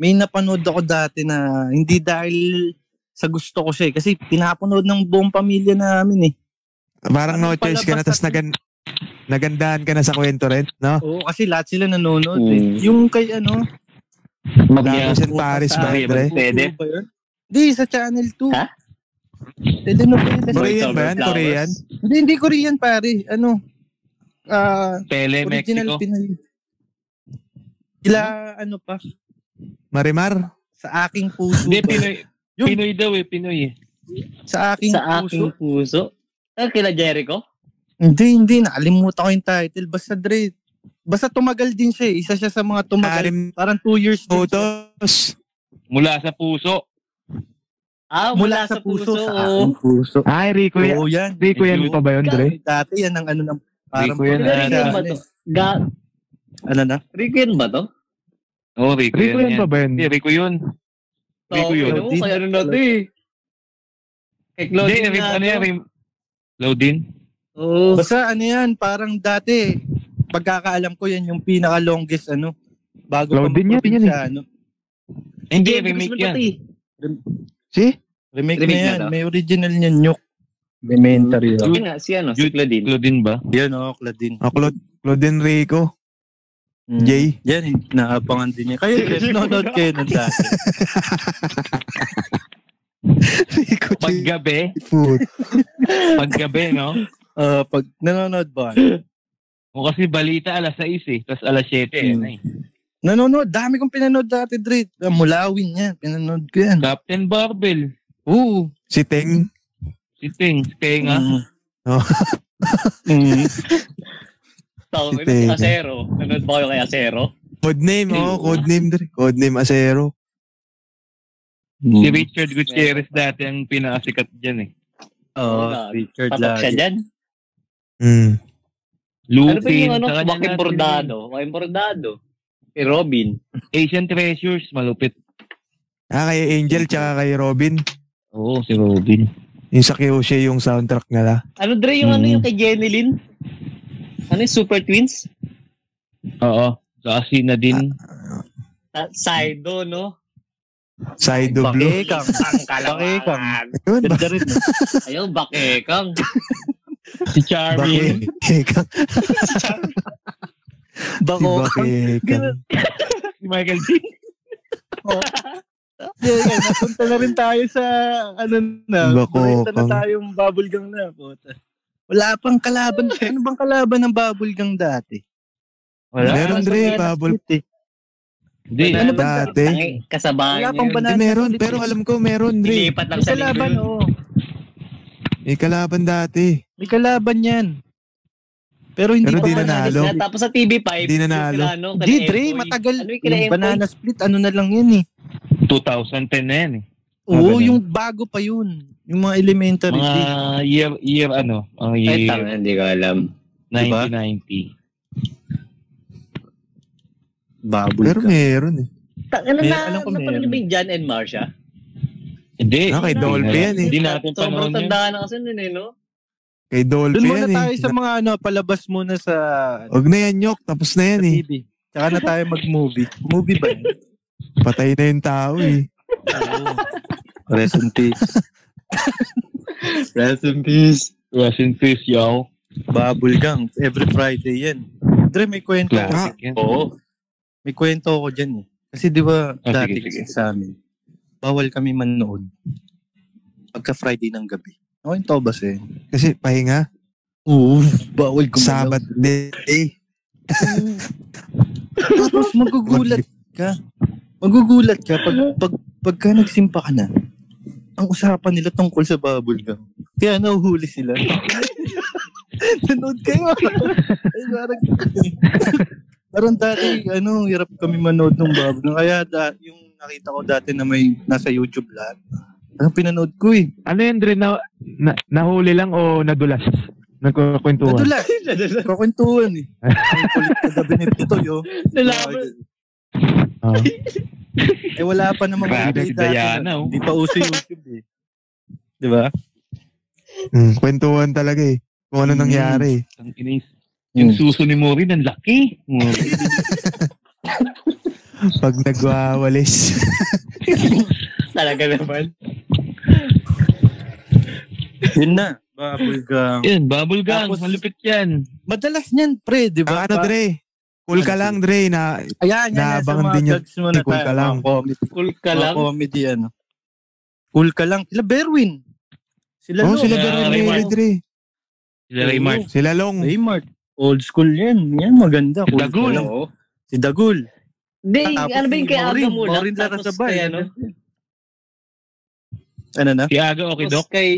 S3: May napanood ako dati na hindi dahil sa gusto ko siya eh. Kasi pinapanood ng buong pamilya namin eh.
S2: Parang no
S3: Ano
S2: choice ka na,
S3: palabas
S2: tapos nagan nagandahan ka na sa kwento rin, no?
S3: Oo, kasi lahat sila nanonood eh.
S7: Mm.
S3: Yung kay ano,
S2: Lalo sa Paris ba, eh,
S7: Sa-
S2: Dre?
S7: Pwede.
S3: ba yun? Hindi, sa Channel 2.
S7: Ha?
S3: Telenovela. siya.
S2: Korean ba yan?
S7: Flowers.
S2: Korean?
S3: Hindi, hindi Korean pare. Ano? Ah,
S1: Pele, Mexico.
S3: original Pinay. Sila ano pa
S2: Marimar?
S3: sa aking puso.
S1: Hindi,
S3: ba?
S1: Pinoy.
S3: Yun.
S1: Pinoy daw eh, Pinoy eh.
S3: sa aking
S7: Sa
S3: puso.
S7: aking puso. Ah, kila Jericho?
S3: Hindi, hindi nakalimutan ko yung title basta Dre. Basta tumagal din siya, eh. isa siya sa mga tumagal.
S2: Karim
S3: Parang two years din. siya.
S2: Otos?
S1: Mula sa puso.
S7: Ah,
S3: Mula sa puso, sa aking puso.
S2: Ay, Rico yan.
S3: Oo, yan.
S2: Rico yan pa ba yun, Dre?
S3: Dati yan ang ano ng parang
S1: Rico yan,
S7: Rico yan ba
S3: ano,
S7: to? Ga-
S3: ano na?
S7: Rico yan ba to?
S1: Oo, Rico,
S2: Rico
S1: yan.
S2: yan pa ba yun?
S1: Hindi, Rico yun. Rico yun.
S7: Ano, kaya ano na to eh. Kay
S1: Hindi,
S7: Claudine
S1: Rico,
S7: na
S1: ano
S7: to. Oh.
S1: yan? Rico- Claudine?
S7: Oo.
S3: Basta ano yan, parang dati, pagkakaalam ko yan yung pinaka-longest ano, bago
S2: Claudine
S3: pa
S2: yan, eh.
S3: magpapin
S2: yan
S3: sa ano.
S1: Hindi,
S7: Hindi,
S1: remake
S7: Christmas
S1: yan.
S7: pati.
S2: Si?
S3: Remake, na
S7: Remake na
S3: yan,
S7: daw.
S3: may original niyan, Nyok. Elementary.
S1: daw.
S7: Yun nga, si ano, si
S1: Yun.
S7: Claudine.
S1: Claudine ba?
S3: Yan o, Claudine.
S2: Oh, Claude, Claude Enrico.
S3: Mm.
S2: Jay.
S3: Yan eh, naapangan din niya. Kayo, Jeff, nanonood kayo ng dati.
S2: Rico J.
S1: Paggabi.
S2: Food.
S1: Paggabi, no?
S3: Ah, pag nanonood ba?
S1: O kasi balita alas 6 eh, tapos alas 7 eh.
S3: Hmm. Nanonood, dami kong pinanood dati, Drit. Ah, Mulawin yan, pinanood ko yan.
S1: Captain Barbell,
S3: Oo.
S2: Si Teng.
S1: si Ting, si Tenga.
S3: Mm.
S2: Oh.
S3: (laughs) Mm.
S7: Tawag ko,
S2: Si Tega.
S7: Acero. Nanood ba kayo kay Acero?
S2: Codename. Oo, oh, codename. Dre. Codename Acero.
S1: Si
S3: Mm.
S2: Hmm.
S1: Richard Gutierrez dati ang pinakasikat dyan eh.
S3: Oo,
S7: Wala.
S3: Oh, Richard
S7: Patok siya
S3: Lagi.
S7: dyan.
S2: Mm.
S7: Ano ba
S1: Lupin,
S7: yung ano?
S1: saka niya
S7: Joaquin
S1: natin
S7: Bordado. Joaquin Bordado. Si Robin.
S1: yun. Asian Treasures, malupit.
S2: Ah, kay Angel tsaka kay Robin.
S1: Oo, si Robin.
S2: Yung sa Kyoshe yung soundtrack nila.
S7: Ano, Dre, yung ano
S1: Mm.
S7: yung kay Jenilyn? Ano yung Super Twins?
S1: Oo. Saka si Nadine.
S7: Sa- Ah, Saido, no?
S2: Side of Blue.
S3: Bakikang.
S7: Ang
S3: Bakikang.
S7: kalawangan.
S2: Yun, ba?
S3: Ganda rin. no?
S7: Ayun, bakekang.
S1: Si
S2: (laughs)
S1: Charmin.
S2: Bakikang. Si
S3: Bako.
S2: Bakikang.
S1: si Michael G.
S3: Yeah, yeah, napunta na rin tayo sa ano na.
S2: Bako,
S3: Napunta na
S2: pang-
S3: tayong bubblegum na. Puta. Wala pang kalaban. Ano bang kalaban ng bubblegum dati?
S1: Wala.
S2: Meron
S3: Nasa
S2: Dre,
S3: Banana
S2: bubble.
S3: Split, eh.
S1: Hindi.
S7: Wala.
S2: Dati.
S7: Ang kasabahan
S3: Wala pang
S7: ngayon.
S2: Hindi,
S3: banana.
S2: meron,
S3: split,
S2: pero
S3: eh.
S2: alam ko meron Dre.
S7: Nilipat lang
S3: May
S7: sa linggo
S3: kalaban,
S7: yun.
S3: oo.
S2: May kalaban dati.
S3: May kalaban yan. Pero hindi
S2: Pero
S3: pa
S2: di
S3: banana
S2: nanalo.
S3: split.
S7: Na, tapos sa TV5,
S2: Di nanalo.
S7: yung sila, ano,
S3: Hindi,
S7: kay
S3: Dre,
S7: Empoy.
S3: matagal.
S7: Ano yung kila
S3: yung
S7: Empoy?
S3: banana split, ano na lang yan eh.
S1: 2010 na yan eh.
S3: Oo,
S1: ganun.
S3: yung bago pa yun. Yung Ah, mga ano elementary.
S1: Mga
S3: days.
S1: year, year ano? Ang
S7: Ay,
S1: year
S7: tama, hindi ko alam.
S2: Diba?
S1: 1990.
S2: Pero meron eh.
S7: Ta- ano
S3: Meron-
S7: na,
S3: alam ko
S7: napanood
S3: meron.
S7: ba yung John and Marcia?
S1: Hindi.
S2: Ah, kay Dolphy yan eh.
S1: Hindi natin
S7: Sobrang
S1: panahon yun.
S7: tandaan na kasi nun eh, no?
S2: Kay Dolphy
S3: Doon
S2: yan eh.
S3: muna tayo sa mga ano, palabas muna sa Eh.
S2: Huwag na yan, Nyok. Tapos na yan eh.
S3: TV. Tsaka na tayo mag-movie. Movie ba? yun?
S2: Patay na yung tao eh.
S3: (laughs) Rest in peace.
S4: Rest in peace.
S1: Rest in peace, yo.
S3: Bubble gang. Every Friday yan. Dre, may kwento. ako.
S2: Ah,
S1: Classic yan.
S7: Oo.
S3: May kwento ako dyan eh. Kasi di ba
S1: Ah,
S3: dati
S1: sige, sige.
S3: kasi sa amin, bawal kami manood pagka Friday ng gabi. Ako yung tobas eh.
S2: kasi pahinga.
S3: Oo, bawal gumalaw.
S2: Sabat day.
S3: Tapos magugulat ka. Magugulat ka pag, pag pagka nagsimpa ka na. Ang usapan nila tungkol sa bubblegum. Kaya nahuhuli sila. (laughs) Nanood kayo. Ay, parang, parang dati, ano, hirap kami manood ng bubblegum. Kaya da, yung nakita ko dati na may nasa YouTube lahat. Ang pinanood ko eh.
S8: Ano yun, Dre? Na, na, nahuli lang o nadulas? Nagkukwentuhan?
S3: Nadulas.
S7: (laughs)
S3: Kakwentuhan eh. Ang kulit na gabi ni Tito yo.
S7: Nalaman.
S8: Ah.
S3: (laughs) eh wala pa namang
S1: Grabe si
S3: bibig dati
S1: Diana,
S3: na-
S1: oh.
S3: Hindi pa uso
S7: (laughs)
S3: YouTube eh. Di ba?
S2: Hmm, kwentuhan talaga eh. Kung ano
S3: Hmm.
S2: nangyari.
S1: Ang inis.
S2: Hmm.
S1: Yung suso ni Mori, ang laki. (laughs) Mori.
S2: Pag nagwawalis.
S7: Talaga naman.
S3: Yun na. Bubblegum.
S1: yan, bubble gang.
S3: Tapos-
S1: malupit yan.
S3: Madalas niyan, pre, di
S2: (laughs) Ang
S3: ba?
S2: ano, Dre? Cool ka lang, Dre. Na,
S3: Ayan, yan. Nasa
S2: Naabangan
S3: mga
S2: din yun.
S3: vlogs muna
S2: Cool
S3: tayo.
S2: ka lang.
S3: Mga comedy.
S7: Cool ka
S3: Mga
S7: lang.
S3: comedy, ano. Cool ka lang. Sila Berwin. Sila
S2: oh,
S3: Lo.
S2: sila
S1: Yeah,
S2: Berwin
S1: Raymar.
S2: Mary, Dre.
S1: Sila Ray Mars.
S2: Sila Long.
S3: Raymart. Old school yan. Yan, maganda.
S1: Si
S3: Cool ka
S1: Dagul.
S3: lang. Si Dagul.
S7: Hindi,
S3: Tapos
S7: ano ba yung
S3: si
S7: kay Aga
S3: Maureen,
S7: Mulak?
S3: Maureen
S7: Tapos
S3: Larrazabal.
S7: kay ano?
S3: Ano na?
S1: Si Aga
S7: Tapos
S1: Okidok.
S7: kay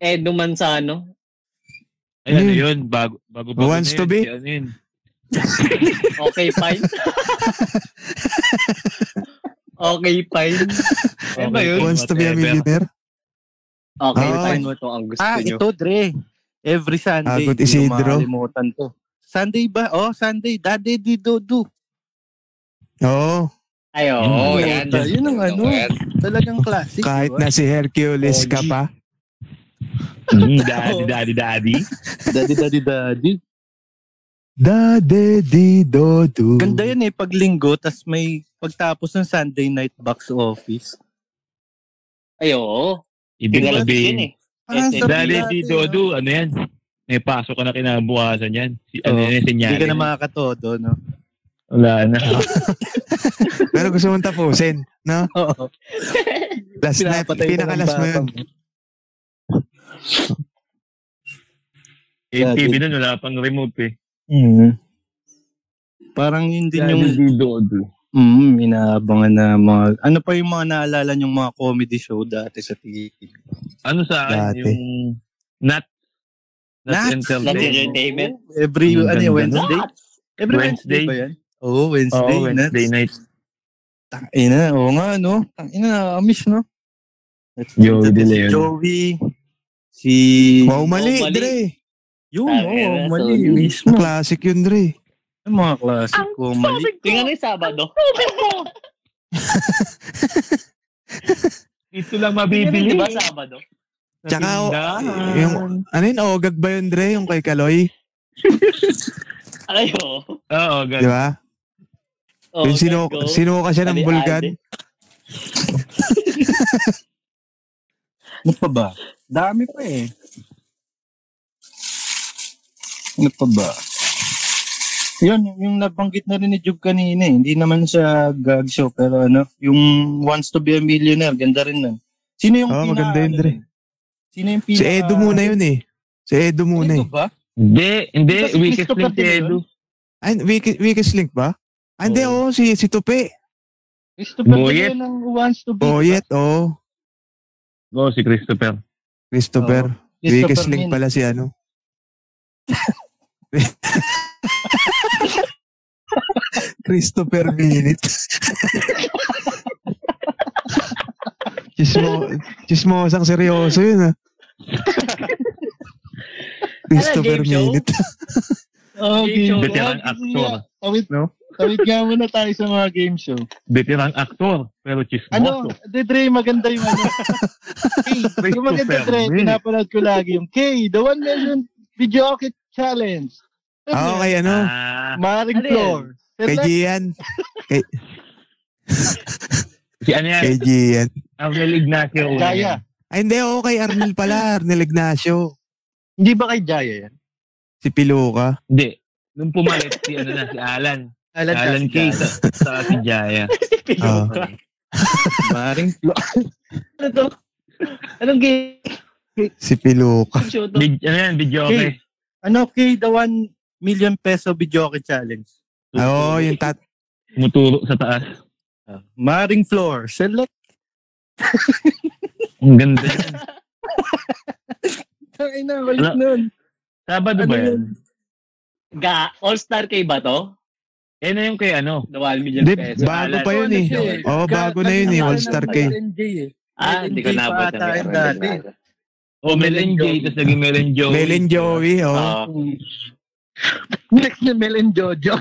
S7: Edo Manzano.
S1: Ayan,
S2: Yun.
S1: yun. Bago, bago bago
S2: Hmm. Wants
S1: na
S2: to
S1: yun.
S2: be.
S1: Si ano yun.
S7: Okay, fine. okay, fine. Ano ba yun?
S2: Wants to be a
S1: Whatever.
S2: millionaire.
S7: Okay,
S2: Ah.
S7: fine. Ito ang gusto
S3: Ah,
S7: nyo.
S3: ito, Dre. Every Sunday.
S2: Agot
S3: hindi ko
S2: Ah, Isidro.
S3: makakalimutan to. Sunday ba? Oh, Sunday. Daddy di Dodo.
S2: Oo.
S7: Ay, oo,
S3: Yun,
S7: Oh, yan.
S3: puta, yun ang ano.
S7: Yan.
S2: (laughs)
S3: Talagang classic.
S2: Kahit na si Hercules ka pa.
S1: Mm, daddy, daddy, daddy.
S3: Daddy, daddy, daddy.
S2: Da de di do do.
S3: Ganda yan eh, pag linggo, tas may pagtapos ng Sunday night box office.
S7: Ay, oo.
S1: Ibig
S7: Pinalabas
S1: sabihin,
S7: yun eh.
S3: Parang
S7: Yes,
S3: sabi
S1: daddy,
S3: natin,
S1: di dodo, ano yan? May pasok ka na kinabukasan yan. Si, ano
S3: Oo.
S1: yan,
S3: Hindi
S1: senyari.
S3: ka na makakatodo, no? (laughs)
S1: Wala na.
S2: Pero gusto mong tapusin, no?
S3: Oo.
S2: Last night, pinakalas mo yun.
S1: Yung TV nun, wala pang remote eh.
S3: Mm-hmm. Parang yun din yung
S1: Daddy, di dodo.
S3: mm, inaabangan na mga... Ano pa yung mga naalala yung mga comedy show dati sa TV?
S1: Ano sa akin,
S2: Dati.
S1: yung Nat.
S3: Nuts?
S7: Not
S1: Entertainment.
S7: entertainment.
S3: Every,
S1: Ang
S3: ano yun,
S1: ganda.
S3: Wednesday? Every Wednesday,
S1: Wednesday.
S3: ba yan? Oo, oh, Wednesday.
S1: Oo, Wednesday night.
S3: Ina, oo nga, no? Ina, amiss, no? That's
S1: Yo,
S3: that's
S1: De
S3: si
S1: Leon.
S3: Joey, si...
S2: Wow, mali,
S7: mali.
S2: Dre.
S3: Yung,
S7: Tangina,
S3: oo, mali.
S7: Tony.
S3: Mismo.
S2: Classic yun, Dre.
S3: Yung mga klasiko, mali.
S7: Yung ano yung Sabado?
S1: Ito lang
S7: Di
S1: mabibili.
S7: ba Sabado?
S2: Tsaka, oh,
S1: Tindahan.
S2: Yung, ano yun, ogag ba yun, Dre? Yung kay Kaloy,
S7: Ay, oo.
S1: Oo,
S2: di
S1: ganun.
S2: ba?
S7: Oo,
S2: yung sino,
S7: Oh, go.
S2: sino ka siya ng
S7: Aliade.
S2: bulgan.
S3: Ano pa ba? Dami pa eh. Ano pa ba? Yun, yung- yung nabanggit na rin ni Jug kanina eh. Hindi naman sa gag show, pero ano, yung Wants to be a Millionaire, ganda rin nun. Sino yung
S2: Oo, Ah, maganda yun,
S3: ano
S2: Dre.
S3: nun? Sino yung pina...
S2: Si Edo muna yun eh. Si Edo muna eh.
S3: Edo ba?
S1: Hindi, hindi.
S7: Di ba si
S1: Weakest
S7: Christoph
S1: link si
S7: Latino
S1: Edu.
S2: Ay, weakest, weakest link ba? Ah, Hindi, oo, si, si Tupi. Oh,
S3: Gusto pa ba
S1: Boyet.
S3: yun ng Wants to be...
S2: Boyet, oo.
S1: Oo, si Christopher.
S2: Christopher.
S3: Christopher
S2: weakest link
S3: Min.
S2: pala si ano. Christopher Minute. Chismo, chismosang seryoso
S3: Ano,
S2: yun ah. Christopher
S7: game show?
S2: Minute.
S3: Oh,
S7: Game show.
S1: Veteran
S3: Ah, sige
S1: actor.
S3: nga. Tawid,
S2: No?
S3: tawid nga muna tayo sa mga game show.
S1: Veteran actor, pero
S3: Ano,
S1: chismoso.
S3: De Dre, maganda yung ano. Hey, yung maganda, Dre,
S1: Fermin.
S3: pinapanood ko lagi yung K, the 1 million video okay challenge.
S2: Ah, okay, ano?
S1: Ah,
S3: Maring
S7: Ano yan?
S3: floor.
S2: Kay Gian.
S1: si ano yan?
S2: Kay Gian.
S1: Ariel Ignacio. una
S3: Jaya.
S1: yan.
S2: Ay, hindi. Oo, kay Arnel pala. Arnel Ignacio.
S3: Hindi ba kay Jaya yan?
S2: Si Piluka.
S1: Hindi. Nung pumalit si ano na, si Alan.
S3: Alan,
S1: Alan K. Sa, sa si Jaya.
S2: Oo.
S3: Maring floor.
S7: Ano to? Anong game
S2: si Piluka.
S7: show
S1: (laughs)
S7: to?
S1: Big, ano yan? Video okay.
S3: Ano, K, the 1 million peso video okay challenge.
S2: Oo, yung tat...
S1: Muturo sa taas.
S3: Maring floor. Select.
S1: Ang ganda yan.
S3: Ay na, wait
S1: Ano?
S3: nun.
S1: Sabado ba
S3: Ano
S1: yan?
S7: Ga, All-Star kay ba to?
S1: Eh, na yung kay ano?
S7: The 1 million
S2: Di,
S7: peso.
S2: bago pa yun eh.
S3: Ano siya eh?
S2: Oo, bago na yun eh. All-Star K.
S7: Ah, hindi ko
S3: Hindi pa
S7: nabot.
S3: ata yun dati.
S1: Oh, Melen J. Tapos naging Melen Ah. Joey.
S2: Melin Joey, oo.
S3: Ah.
S7: Oo.
S3: Next na Mel and Jojo.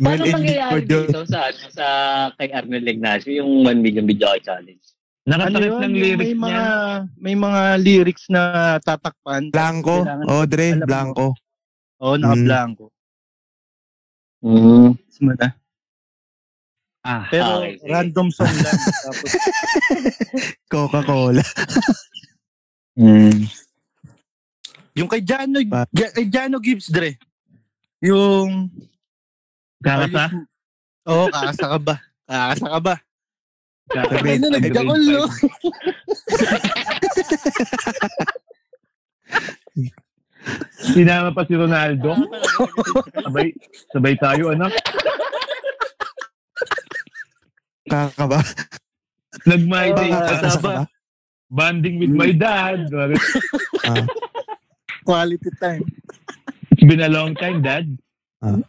S7: Paano
S2: Melin
S7: mangyayari
S2: Jojo.
S7: dito sa, ano, sa kay Arnold Ignacio yung 1 million video ay challenge?
S1: Nakasakit
S3: Ano yun,
S1: ng
S3: yung
S1: lyrics
S3: may mga,
S1: niya.
S3: May mga lyrics na tatakpan.
S2: Blanco.
S3: Kailangan-
S2: Oo, Dre.
S3: alam mo.
S2: Blanco.
S3: Oo,
S2: Hmm.
S3: oh, naka-blanco.
S7: Mm.
S3: Mismo na.
S1: Ah,
S3: Pero
S7: okay, sige.
S3: random song lang. Tapos,
S2: Coca-Cola.
S3: yung kay Jano,
S2: Pa-
S3: Ja- kay Jano Gibbs, Dre. Yung...
S1: Kakasa?
S3: Oo, oh, kakasa ka ba? Kakasa ka ba?
S1: Kakasa.
S3: Ay, na, nagjakol, no? (laughs)
S1: Sinama pa si Ronaldo. sabay, sabay tayo, ano? anak.
S2: Kaka ba?
S1: Nag-my
S3: Ah.
S1: day
S2: Kaka
S1: ka.
S2: sa ba?
S1: Banding with my dad.
S3: Quality time.
S1: It's been a long time, dad.
S2: Ah.
S1: (laughs)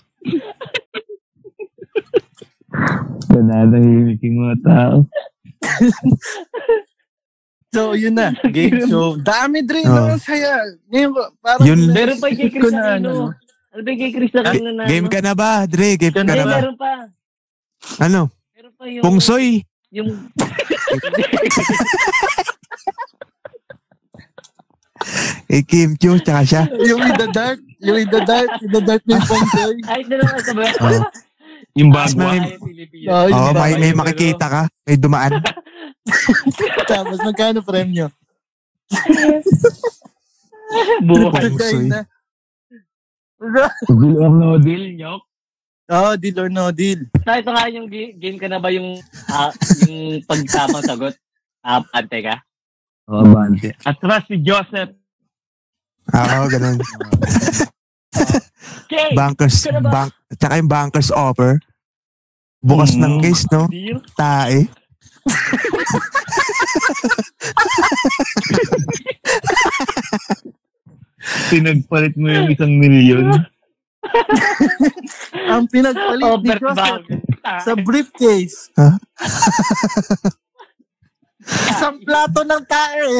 S1: Nananahimik yung mga tao.
S3: So, yun
S7: (laughs)
S3: na. Game show. Dami, Dre.
S2: Oo.
S3: Ang saya. Ngayon, ko- parang...
S2: Yun-
S3: na-
S7: Meron pa yung kay
S3: ko na, ano,
S7: Cristalino. Ano ba yung kay Chris lang na ano? na?
S2: Ah, Game ka na ba, Dre? Game ka
S9: Ganun
S2: na
S7: Ay,
S2: ba?
S7: meron pa.
S2: Ano?
S7: Meron pa yung...
S2: Pungsoy?
S7: Yung...
S2: Eh, Kim Chu, tsaka siya.
S3: yung in the dark, yung in the dark, in the dark na yung pongsoy.
S7: Ay, ito naman sa (laughs) bayan.
S2: Oo.
S1: Yung bagwa.
S2: May-
S7: Ay, Pilipinas.
S3: Oo, yung
S2: Oo, may,
S3: babae.
S2: may makikita ka. May dumaan.
S3: Tapos magkano frame
S7: (laughs)
S3: nyo?
S2: Pungsoy.
S3: Pongsoy. na.
S10: Gulong ang lodi.
S7: Bill Nyok.
S3: Oo, Oh, deal or no deal.
S7: Sa ito nga yung gi- game ka na ba yung, ah, yung pagtamang sagot? Ah, pante ka?
S10: Oo, bante.
S1: Atras si Joseph.
S2: Oo, ganun.
S7: Okay!
S2: Bankers, bank, tsaka yung bankers offer. Bukas ng case, no?
S7: Deal?
S2: Tae.
S1: Pinagpalit mo yung isang milyon.
S3: Ang pinagpalit
S7: Oh,
S3: ni Joseph
S7: Overbound.
S3: sa briefcase.
S2: Ha?
S3: Isang plato ng tae.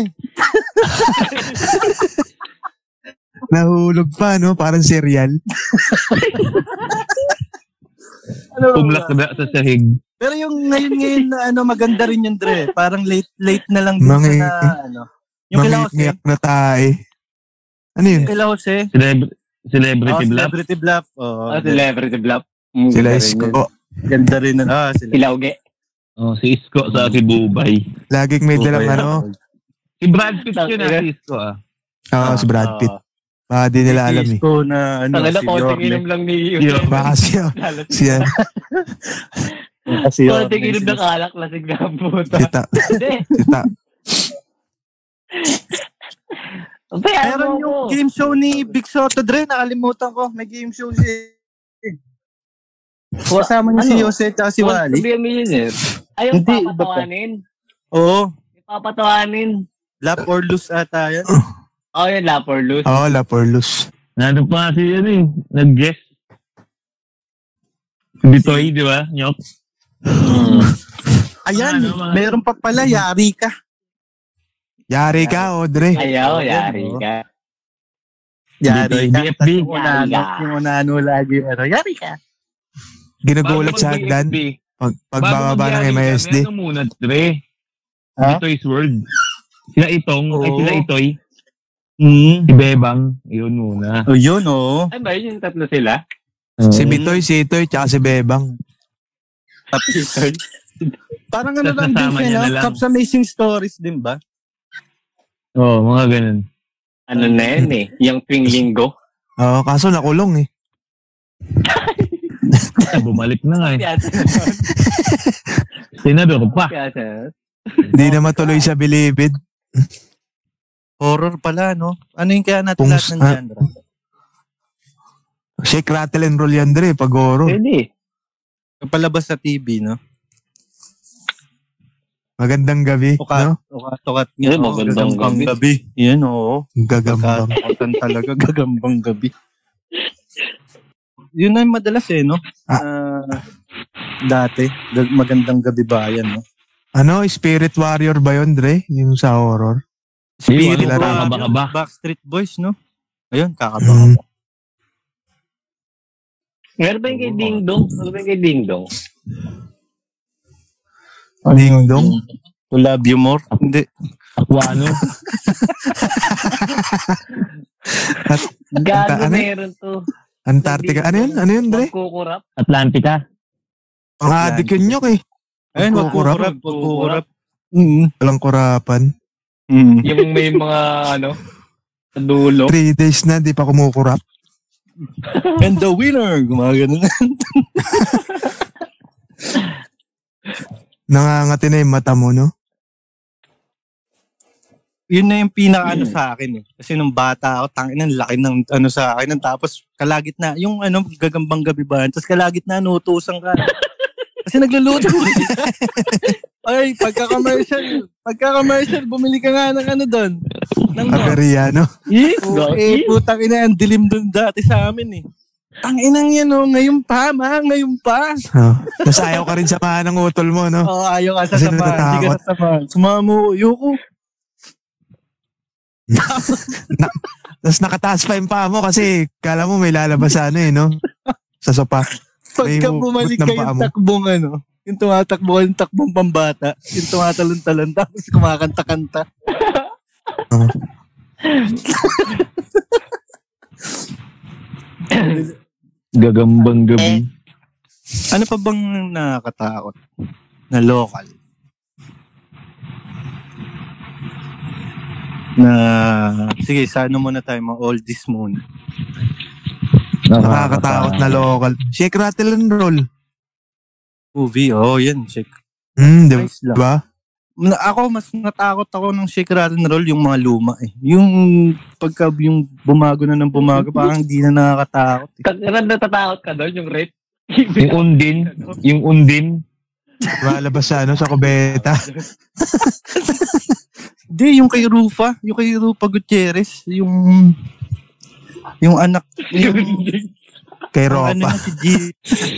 S2: Nahulog pa, no? Parang serial.
S1: Pumlakda sa sahig.
S3: Pero yung ngayon ngayon na ano maganda rin yung dre. Parang late late na lang din
S2: Mangi-
S3: sa na, ano. Yung kila Jose,
S2: Mangiyak na tae. Ano yun?
S3: yung kila Jose.
S1: Celeb-
S3: Oh,
S1: celebrity Black.
S3: celebrity bluff. Oh,
S7: Oh, celebrity block.
S2: Sila isko.
S3: Ganda rin. nun. Ah, sila.
S7: Sila uge.
S1: Oh, si Isko sa si Bubay.
S2: Laging may dalang ano.
S1: Si Brad Pitt yun ah, si Isko ah.
S2: Oo, si Brad Pitt.
S3: Ah.
S2: Baka di nila alam eh.
S3: Cisco na ano,
S7: Ang
S3: si
S7: alam ko,
S3: Yorme.
S7: tinginom lang ni
S1: Yorme.
S2: Baka siya.
S7: Lalasing.
S2: Siya.
S3: Si
S7: Yorme.
S3: Yorme.
S7: Konting inom ng alak, lasing na ang puta.
S2: Tita.
S7: Hindi.
S2: Tita.
S7: Abay, ano
S3: Meron yung
S7: ko?
S3: game show ni Big Soto, Dre. Nakalimutan ko. May game show si... Kasama niya si
S7: Ano?
S3: Jose at si
S7: Want
S3: Wally.
S7: to be a millionaire. Ayaw
S3: Hindi, iba pa.
S7: papatawanin.
S3: Oo.
S7: Papatawanin.
S3: Lap or loose ata yan.
S7: Oh, yun, lap or loose.
S2: Oo, La Porlus.
S1: Nandun pa si ano eh, nag-guest. Si Bitoy, di ba? Nyok.
S3: Ayan,
S1: Ano, ano, ano?
S3: meron pa pala. Yari ka.
S2: Yari ka, Audrey.
S7: Ayaw, yari ka.
S3: Yari ka.
S1: BFB.
S3: Yung unano,
S7: Yari ka.
S3: yung unano lagi. Ano, yari ka.
S2: Ginagulat sa hagdan. Pag, pagbababa ng MISD.
S1: Ano muna, Dre?
S3: Ha?
S1: Bitoy's World. Sila Itong, ay
S3: Oo.
S1: sila Itoy.
S3: Mm.
S1: Si Bebang, yun muna.
S3: Oh, yun, oh.
S7: Ay ba, yun yung tatlo sila?
S2: Si Bitoy, si Itoy, tsaka si Bebang.
S3: (laughs) Parang ano
S1: Tapos
S3: lang din
S1: nasama
S3: siya,
S1: niya
S3: no?
S1: na lang.
S3: Cups Amazing Stories din ba?
S1: Oo, oh, mga ganun.
S7: Ano na yun eh? Yung
S2: (laughs)
S7: tuwing linggo.
S2: Oo, kaso nakulong eh.
S1: Ah, Bumalik na nga eh.
S7: Piyasa.
S1: Sinabi ko pa.
S7: Piyasa.
S2: Hindi na matuloy sa bilibid.
S3: Horror pala, no? Ano yung kaya natin
S2: Pungs-
S3: lahat ng
S2: ah.
S3: genre?
S2: Shake, rattle, and roll yan, Dre, pag oro.
S7: Pwede.
S3: Kapalabas sa TV, no?
S2: Magandang gabi,
S3: Tukat,
S2: no?
S3: tukat, tukat.
S7: Yun,
S3: Oo,
S7: magandang
S3: gagambang gabi.
S7: gabi.
S3: Yan, oo.
S2: Gagambang.
S3: Kakatakutan talaga, gagambang gabi. Yun na yung madalas eh, no? Ah, dati, Dag- magandang gabi bayan, no?
S2: Ano, Spirit Warrior ba yun, Dre? Yung sa horror?
S1: Spirit
S2: Warrior.
S1: Kakaba-kaba.
S3: Backstreet Boys, no? Ayun, kakaba.
S2: Mm.
S7: Meron ba yung kay Ding Dong? Meron ba yung kay Ding Dong?
S2: Ding dong.
S3: To love you more? Hindi.
S1: Aquano.
S7: Gago
S2: Ano?
S7: meron to.
S2: Antarctica. Ano yun? Ano yun, Dre?
S7: Magkukurap.
S1: Atlantica.
S2: Ang adik yun nyok eh.
S3: Ayun, wag
S2: Kukurap.
S3: kukurap, wag kukurap. Mm.
S2: Walang kurapan.
S3: Mm.
S7: Yung may mga ano, sa dulo.
S2: Three days na, di pa kumukurap.
S3: And the winner! Gumagano (laughs) na.
S2: Nangangati na yung mata mo, no?
S3: yun na yung pinaka ano sa akin eh. Kasi nung bata ako, tangin ang laki ng ano sa akin. Tapos kalagit na, yung ano, gagambang gabi ba? Tapos kalagit na, nutusan ka. Kasi nagluluto. (laughs) Ay, pagka-commercial, pagka-commercial, bumili ka nga ng ano doon. Ng
S2: Agariano.
S3: Yes, eh, putang ina, ang dilim doon dati sa amin eh. Tanginang yan oh, ngayon pa, ma, ngayon pa.
S2: Oh. Tapos ayaw ka rin samahan ng utol mo, no?
S3: Oo, ayaw ka sa
S2: Kasi
S3: sama. Hindi ka
S2: natatakot.
S3: sa sama. Sumama mo, ayoko.
S2: Tapos nakataas pa yung paa mo kasi kala mo may lalabas sa ano eh, no? Sa sopa.
S3: Pagka
S2: May
S3: bumalik
S2: hugot
S3: ka
S2: ng
S3: yung
S2: paa mo.
S3: takbong ano, yung tumatakbo ka yung takbong pambata, yung tumatalon-talon, (laughs) tapos kumakanta-kanta.
S2: Oo.
S1: Gagambang gabi.
S3: ano pa bang nakakatakot na local? Na, sige, sa ano muna tayo, mga oldies muna.
S2: Nakakatakot na local. Shake, rattle, and roll.
S3: Movie, oh, yan, shake.
S2: Hmm, di
S3: Nice lang.
S2: ba?
S3: Na- ako, mas natakot ako ng shake, rattle, and roll, yung mga luma eh. Yung, pagka yung bumago na ng bumago, parang di na nakakatakot. eh.
S7: Kakaran natatakot ka doon, yung rape.
S1: Yung undin. Yung undin.
S2: Lumalabas sa ano, sa
S3: (laughs)
S2: kubeta.
S3: Di, yung kay Rufa, yung kay Rufa Gutierrez, yung, yung anak, yung,
S2: Kay
S3: Ang Ano
S2: Ropa.
S3: yun, si G-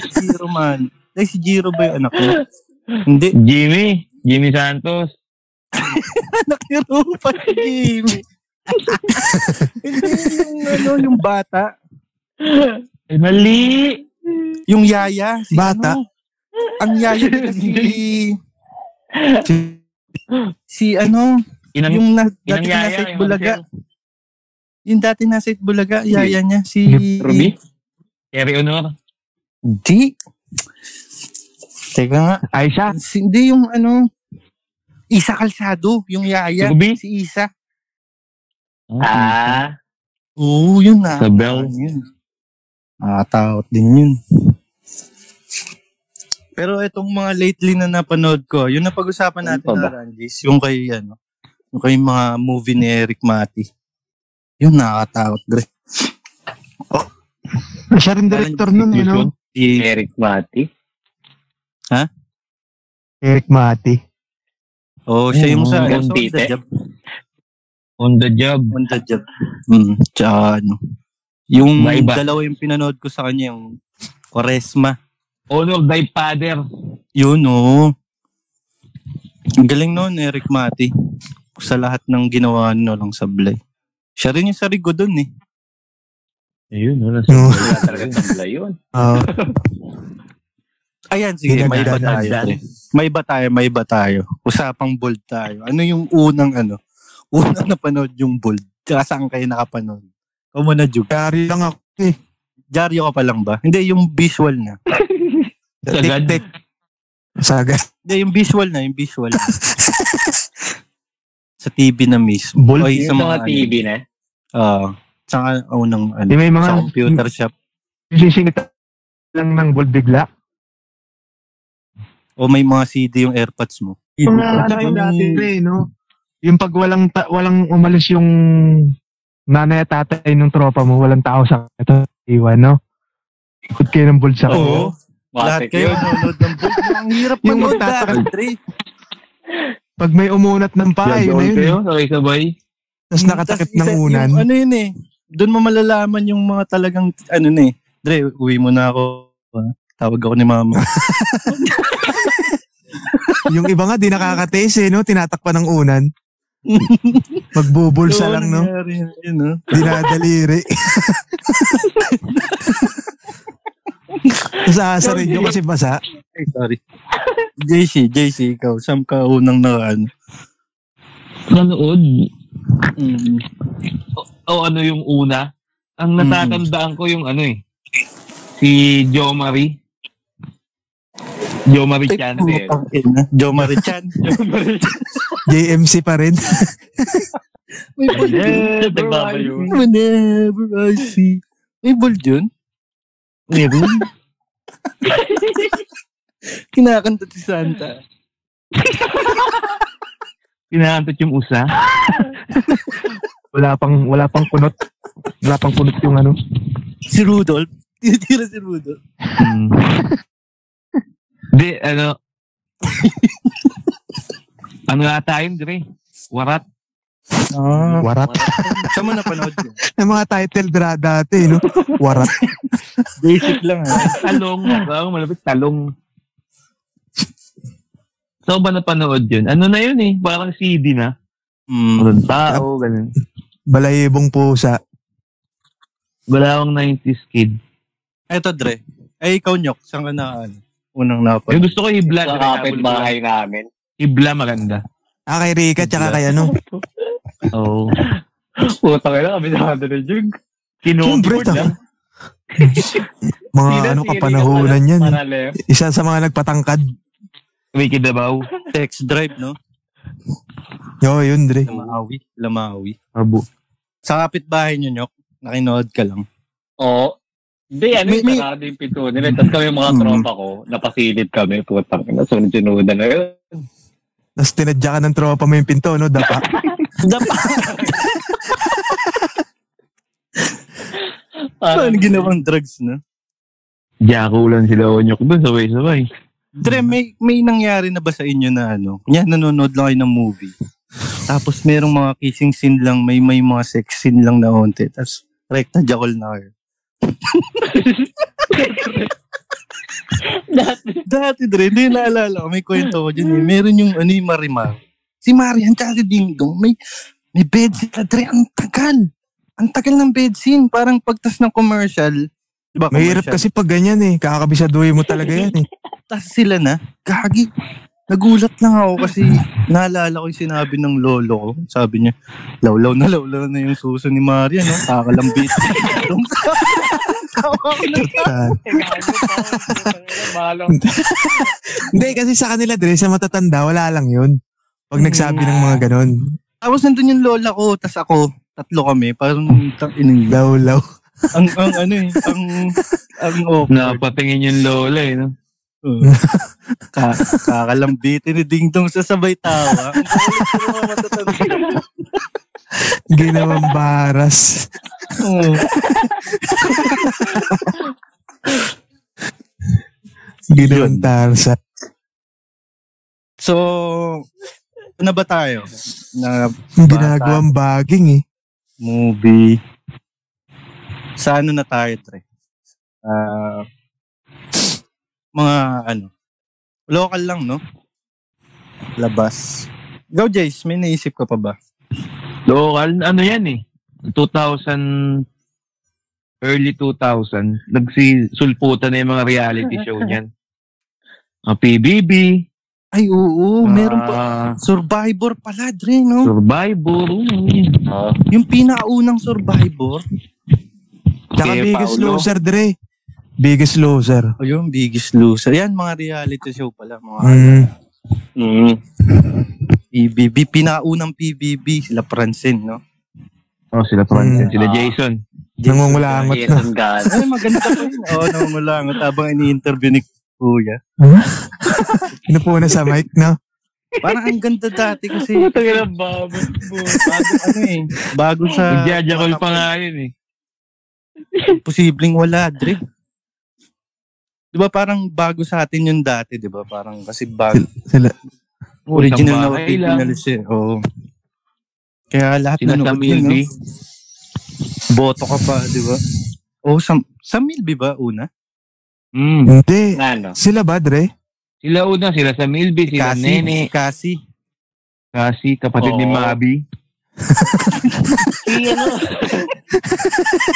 S3: si Giro man. Ay, si Giro ba yung anak ko? Hindi, (laughs)
S1: Jimmy. Jimmy Santos.
S3: anak ni Rupa si Jimmy. Hindi yung ano, yung bata.
S1: Eh, mali.
S3: Yung yaya. Si
S2: Bata?
S3: Ano, ang yaya nila si...
S2: Si-
S3: si ano,
S1: Inang,
S3: yung na,
S1: inang
S3: dati
S1: yaya.
S3: nasa
S1: yung
S3: Itbulaga.
S1: ano
S3: Yung dati nasa Itbulaga, yaya niya. Si...
S1: siya? Ruby. Terry Honor.
S3: Hindi. Teka nga.
S1: Aisha.
S3: Si- Hindi yung ano... Isa Calzado, yung yaya.
S1: Ruby.
S3: Si Isa.
S2: Mm-hmm.
S7: Ah,
S3: Oo, yun na.
S1: Sa bell.
S3: Yun. Nakakatakot din yun. Pero itong mga lately na napanood ko, yung napag-usapan natin
S7: pa ba?
S3: na Rangis, yung kay ano, yung kay mga movie ni Eric Mati. Yung nakakatakot, Dre.
S2: Siya rin director nun, eh, no?
S7: si Eric Mati.
S2: Eric Mati.
S3: Oo, oh, siya yung sa, yung
S7: Yung
S3: sa On the
S7: Tite.
S3: Job.
S1: Hmm, On the job.
S3: On the Job. Mm, tsaka ano. Yung
S1: Maiba.
S3: dalawa yung pinanood ko sa kanya, yung Koresma.
S1: Honor thy father.
S3: Yun, oo. Ang galing noon, Eric Mati. Sa lahat ng ginawa no lang sa Blay. Siya rin yung sarigo doon eh.
S1: Ayun. Wala
S2: No.
S7: Wala talaga sa yun.
S2: Oo.
S3: Ayan, sige, may iba tayo.
S2: Dinagdagan.
S3: pre. May iba tayo, may iba tayo. Usapang bold tayo. Ano yung unang ano? (laughs) Unang napanood yung bold. Tsaka saan kayo nakapanood? Ikaw muna, Jug.
S2: Yari lang ako.
S3: Diaryo ka pa lang ba? Hindi, yung visual na.
S1: Sagad.
S2: Saga.
S3: Hindi, yung visual na, yung visual
S2: (laughs)
S3: na. sa TV na mismo. O,
S2: Bold.
S3: sa
S7: Yung mga
S3: mga ano,
S7: TV na.
S3: Oo. Tsaka unang ano,
S1: Di may
S3: sa
S1: mga
S3: computer shop.
S1: sisingit lang ng bold bigla.
S3: O may mga CD yung AirPods mo.
S1: Tsaka
S2: Tsaka
S1: yung-
S2: yung dati, pre, no?
S1: Yung pag walang, ta- walang umalis yung nanay at tatay ng tropa mo, walang tao sa ito, iwan, no? Ikot kayo ng bold sa
S3: Oo. Lahat
S7: Matik
S3: kayo
S7: yun.
S3: nanonood ng book. Ang hirap
S2: Yung
S3: manood
S2: magtatakal-
S3: dati, Dre.
S2: Pag may umunat ng paa, yun na yun. eh.
S1: sabay-sabay.
S2: Tapos nakatakip
S3: Tas isa-
S2: ng unan.
S3: Yung, ano yun eh. Doon mo malalaman yung mga talagang, ano na eh. Dre, uwi mo na ako. ah. Tawag ako ni mama.
S2: Yung iba nga, di nakakatese, no? Tinatakpan ng unan. Magbubulsa
S3: Oo,
S2: lang, no?
S3: nangyari yun, Yun, no?
S2: Dinadaliri. Tapos aasarin nyo kasi basa.
S3: Ay, sorry. JC, JC, ikaw. Saan ka unang na ano?
S1: Nanood.
S3: Mm.
S1: O ano yung una? Ang natatandaan ko yung ano eh. Si Jo Marie. Jo Marie Chante.
S3: Putang ina. Jo Marichan.
S2: JMC pa rin.
S3: (laughs) May bold yun.
S7: Nagbabayo.
S3: Whenever I see. May bold yun.
S2: Meron?
S3: Kinakanta si Santa.
S1: Pinahantot yung usa. (laughs) wala pang wala pang kunot. Wala pang kunot yung ano.
S3: Si Rudolph. Tinitira si Rudolph.
S1: Mm. Di, ano. (laughs) ano nga tayo, Dre? Warat.
S3: Ah.
S2: Warat.
S3: Saan mo napanood yun?
S2: Yung mga title dra dati, no? Warat.
S3: Basic lang ah. ha.
S1: Talong. Parang malapit talong. So ba napanood yun? Ano na yun eh? Parang CD na.
S3: Mm.
S1: Walang tao, ganun.
S2: Balayibong pusa.
S1: Wala akong 90s kid.
S3: Eto, Dre. Ay, ikaw, Nyok. Saan ka na, ano, unang
S1: Yung
S3: napad?
S1: gusto ko hibla.
S7: Sa kapitbahay namin.
S1: Hibla maganda.
S2: Ah, kay Rika, tsaka kay ano.
S1: Oo. Oh.
S7: Putang ina, kabisado na Jug.
S2: Siyempre,
S1: Kinobord lang.
S2: taka. mga ano kapanahonan yan.
S7: Paralel.
S2: Isa sa mga nagpatangkad.
S1: Wiki Dabaw.
S3: Text drive, no?
S2: Yo, yun, Dre.
S3: Lamawi. Lamawi.
S1: Abo.
S3: Sa kapitbahay nyo, Nyok, nakinood ka lang.
S7: Oo. Hindi, ano
S3: May-
S7: yung
S3: may-
S7: sarado yung pito nila. Tapos kami mga
S2: Hmm.
S7: tropa ko, napasilid kami. Putang ina, sunod-sunodan na yun.
S2: Tapos tinadya ka ng tropa mo yung pinto, no? Dapa.
S3: Ano
S2: Ano?
S7: Parang
S3: ginawang drugs, no?
S1: Jakulan sila onyok doon, sabay-sabay.
S3: Mm. Dre, may, may nangyari na ba sa inyo na ano? Kunya, nanonood lang kayo ng movie. Tapos merong mga kissing scene lang, may may mga sex scene lang na onte. Tapos rekta jackal na kayo.
S7: dati.
S3: Dati Dre, hindi naalala ko. May kwento ko dyan eh. Meron yung ano yung Marimar. Si Marian tsaka si Ding Dong, may, may bed scene na Dre. Ang tagal. Ang tagal ng bed scene. Parang pagtas ng commercial. Diba,
S2: Mahirap
S3: commercial?
S2: kasi pag ganyan eh. Kakabisaduhin mo talaga yan eh.
S3: tas sila na, gagi. Nagulat lang ako kasi naalala ko yung sinabi ng lolo ko. Sabi niya, lawlaw na lawlaw na yung suso ni Maria, no? Kakalambit. (laughs) Tawa ko na.
S2: Ah.
S7: ano Malong.
S2: Hindi, kasi sa kanila, Dre, sa matatanda, wala lang yun. Pag nagsabi ng mga ganon.
S3: Tapos nandun yung lola ko, tas ako, tatlo kami. Parang, tang, inang,
S2: Law-law.
S3: ang, ang, ano eh, ang, ang awkward.
S1: Napatingin yung lola eh. No?
S3: Oo. (laughs) Ka- kakalambitin ni Ding Dong sa sabay tawa. Ang kulit ng mga matatanda.
S2: (laughs) Ginawang baras.
S3: Oo.
S2: Ginawang tarsa.
S3: So, ano na ba tayo? Na
S2: Yung
S3: Bata.
S2: ginagawang baging eh.
S3: movie. Sa ano na tayo, Tre? Ah, mga ano, local lang, no? Labas. Ikaw, Jace, may naisip ka pa ba?
S1: Local, ano yan eh. 2000, early 2000, nagsisulputan na yung mga reality
S3: (laughs)
S1: show niyan. Ang PBB,
S3: Ay, oo, Oh, meron pa.
S1: ah,
S3: Survivor pala, Dre, no?
S1: Survivor, ano yan.
S7: Oh.
S3: Yung pinakaunang Survivor.
S2: Tsaka
S1: Kay
S2: biggest
S1: Paolo.
S2: loser, Dre. Biggest loser.
S3: O yung Biggest Loser. Yan, mga reality show pala. Mga
S2: Mm.
S7: Mm.
S3: PBB. Pinakaunang PBB. Sila Francine, no?
S1: Oh, sila Francis,
S3: Hmm.
S2: Mm.
S1: sila
S7: Ah.
S1: Jason.
S2: Nangungulangot na. (laughs)
S7: Jason God.
S3: Ay, maganda pa yun. (laughs) Oo, oh, nangungulangot habang ini-interview ni Kuya.
S2: Pinupuna sa mic, no?
S3: Parang ang ganda dati kasi.
S7: Putang ina, babas mo.
S3: Bago, ano eh, bago sa...
S1: Nagjajakol pa nga yun eh.
S3: Posibleng wala, Dre. Di ba parang bago sa atin yung dati, di ba? Parang kasi bago.
S2: Sila,
S3: (laughs) Original na
S1: Isang bahay lang.
S3: original siya. eh. Oo. Kaya lahat
S1: Sila sa
S3: nanood yun,
S1: Milby.
S3: no? Boto ka pa, di ba? Oo, sa, sa Milby ba una?
S1: Mm.
S2: hindi.
S7: Ano?
S2: Sila ba, Dre?
S1: Sila una, sila sa Milby, sila
S3: Kasi,
S1: Nene,
S3: Kasi.
S1: kasi kapatid ni
S7: Oo.
S1: Mabi.
S7: Si ano?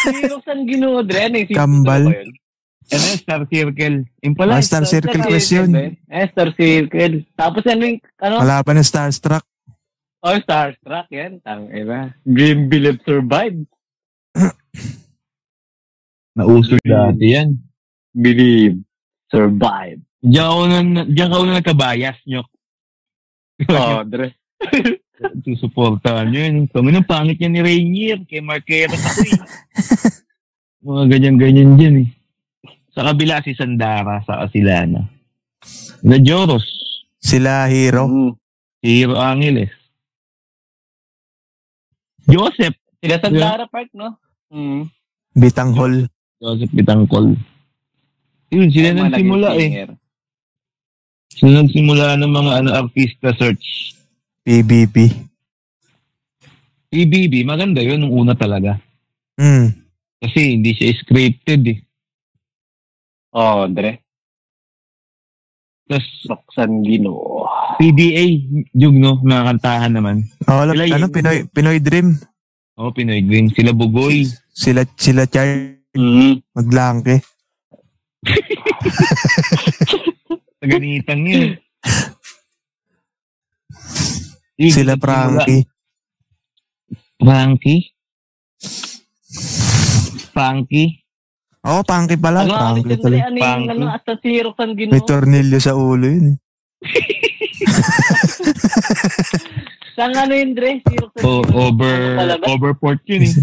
S7: Sino sang ginodre? Ano yung si-
S2: Kambal.
S7: ano ba yun?
S1: Ano yun? Star Circle. Yung
S2: Ah,
S1: pala. eh.
S2: Star Circle
S7: Star
S2: Quest yun.
S7: eh. Eh, Star Circle. Tapos ano yung, ano?
S2: Wala pa ng Starstruck.
S7: Oh, Starstruck yan. Tang ina. Game Believe Survive.
S1: Nauso dati yan.
S7: Believe. Survive.
S1: Diyan ako na, diyan ka na nagkabayas nyo. (laughs)
S7: Oh, Dre.
S1: Susuportahan nyo yun. Kami ng pangit niya ni Rainier, kay Marquero kasi. Mga ganyan-ganyan dyan eh. Sa kabila si Sandara, sa Asilana. Na Joros,
S2: Sila hero.
S7: Mm.
S1: si Hiro Angeles. Joseph,
S7: Sila sa
S1: Yeah.
S7: Lara Park, no? Mm.
S2: Bitang hall.
S1: Joseph Bitangkol. Yun, sila
S7: Yung mga
S1: nang simula
S7: naging
S1: eh.
S7: singer.
S1: Sila nang simula ng mga ano, artista search.
S2: PBB.
S1: PBB, maganda yun nung una talaga.
S2: Mm.
S1: Kasi hindi siya scripted eh.
S7: Oh, Dre.
S1: Tapos
S7: Baksan Ginoo.
S1: PDA, Jug no, mga kantahan naman.
S2: Oh, alam,
S1: Sila yun.
S2: ano, Pinoy, Pinoy Dream.
S1: Oo, Pinoy Green. Sila Bugoy.
S2: Sila, sila Char,
S7: Mm.
S2: maglangke.
S1: Taganitang yun.
S2: (laughs) Sila Frankie.
S1: Frankie? Frankie?
S2: Oo, oh, Panky
S3: Ah,
S2: pala.
S7: Ano ang
S2: Frankie
S7: akin
S2: tuloy.
S7: ano yung ano,
S1: Pangki.
S7: at sa syrup ang
S2: May
S7: ginawa.
S2: tornilyo sa ulo yun.
S7: Saan ano yun, Dre? Syrup ang
S1: O,
S7: ginawa.
S1: over,
S7: Ano pala ba?
S1: over port yun eh.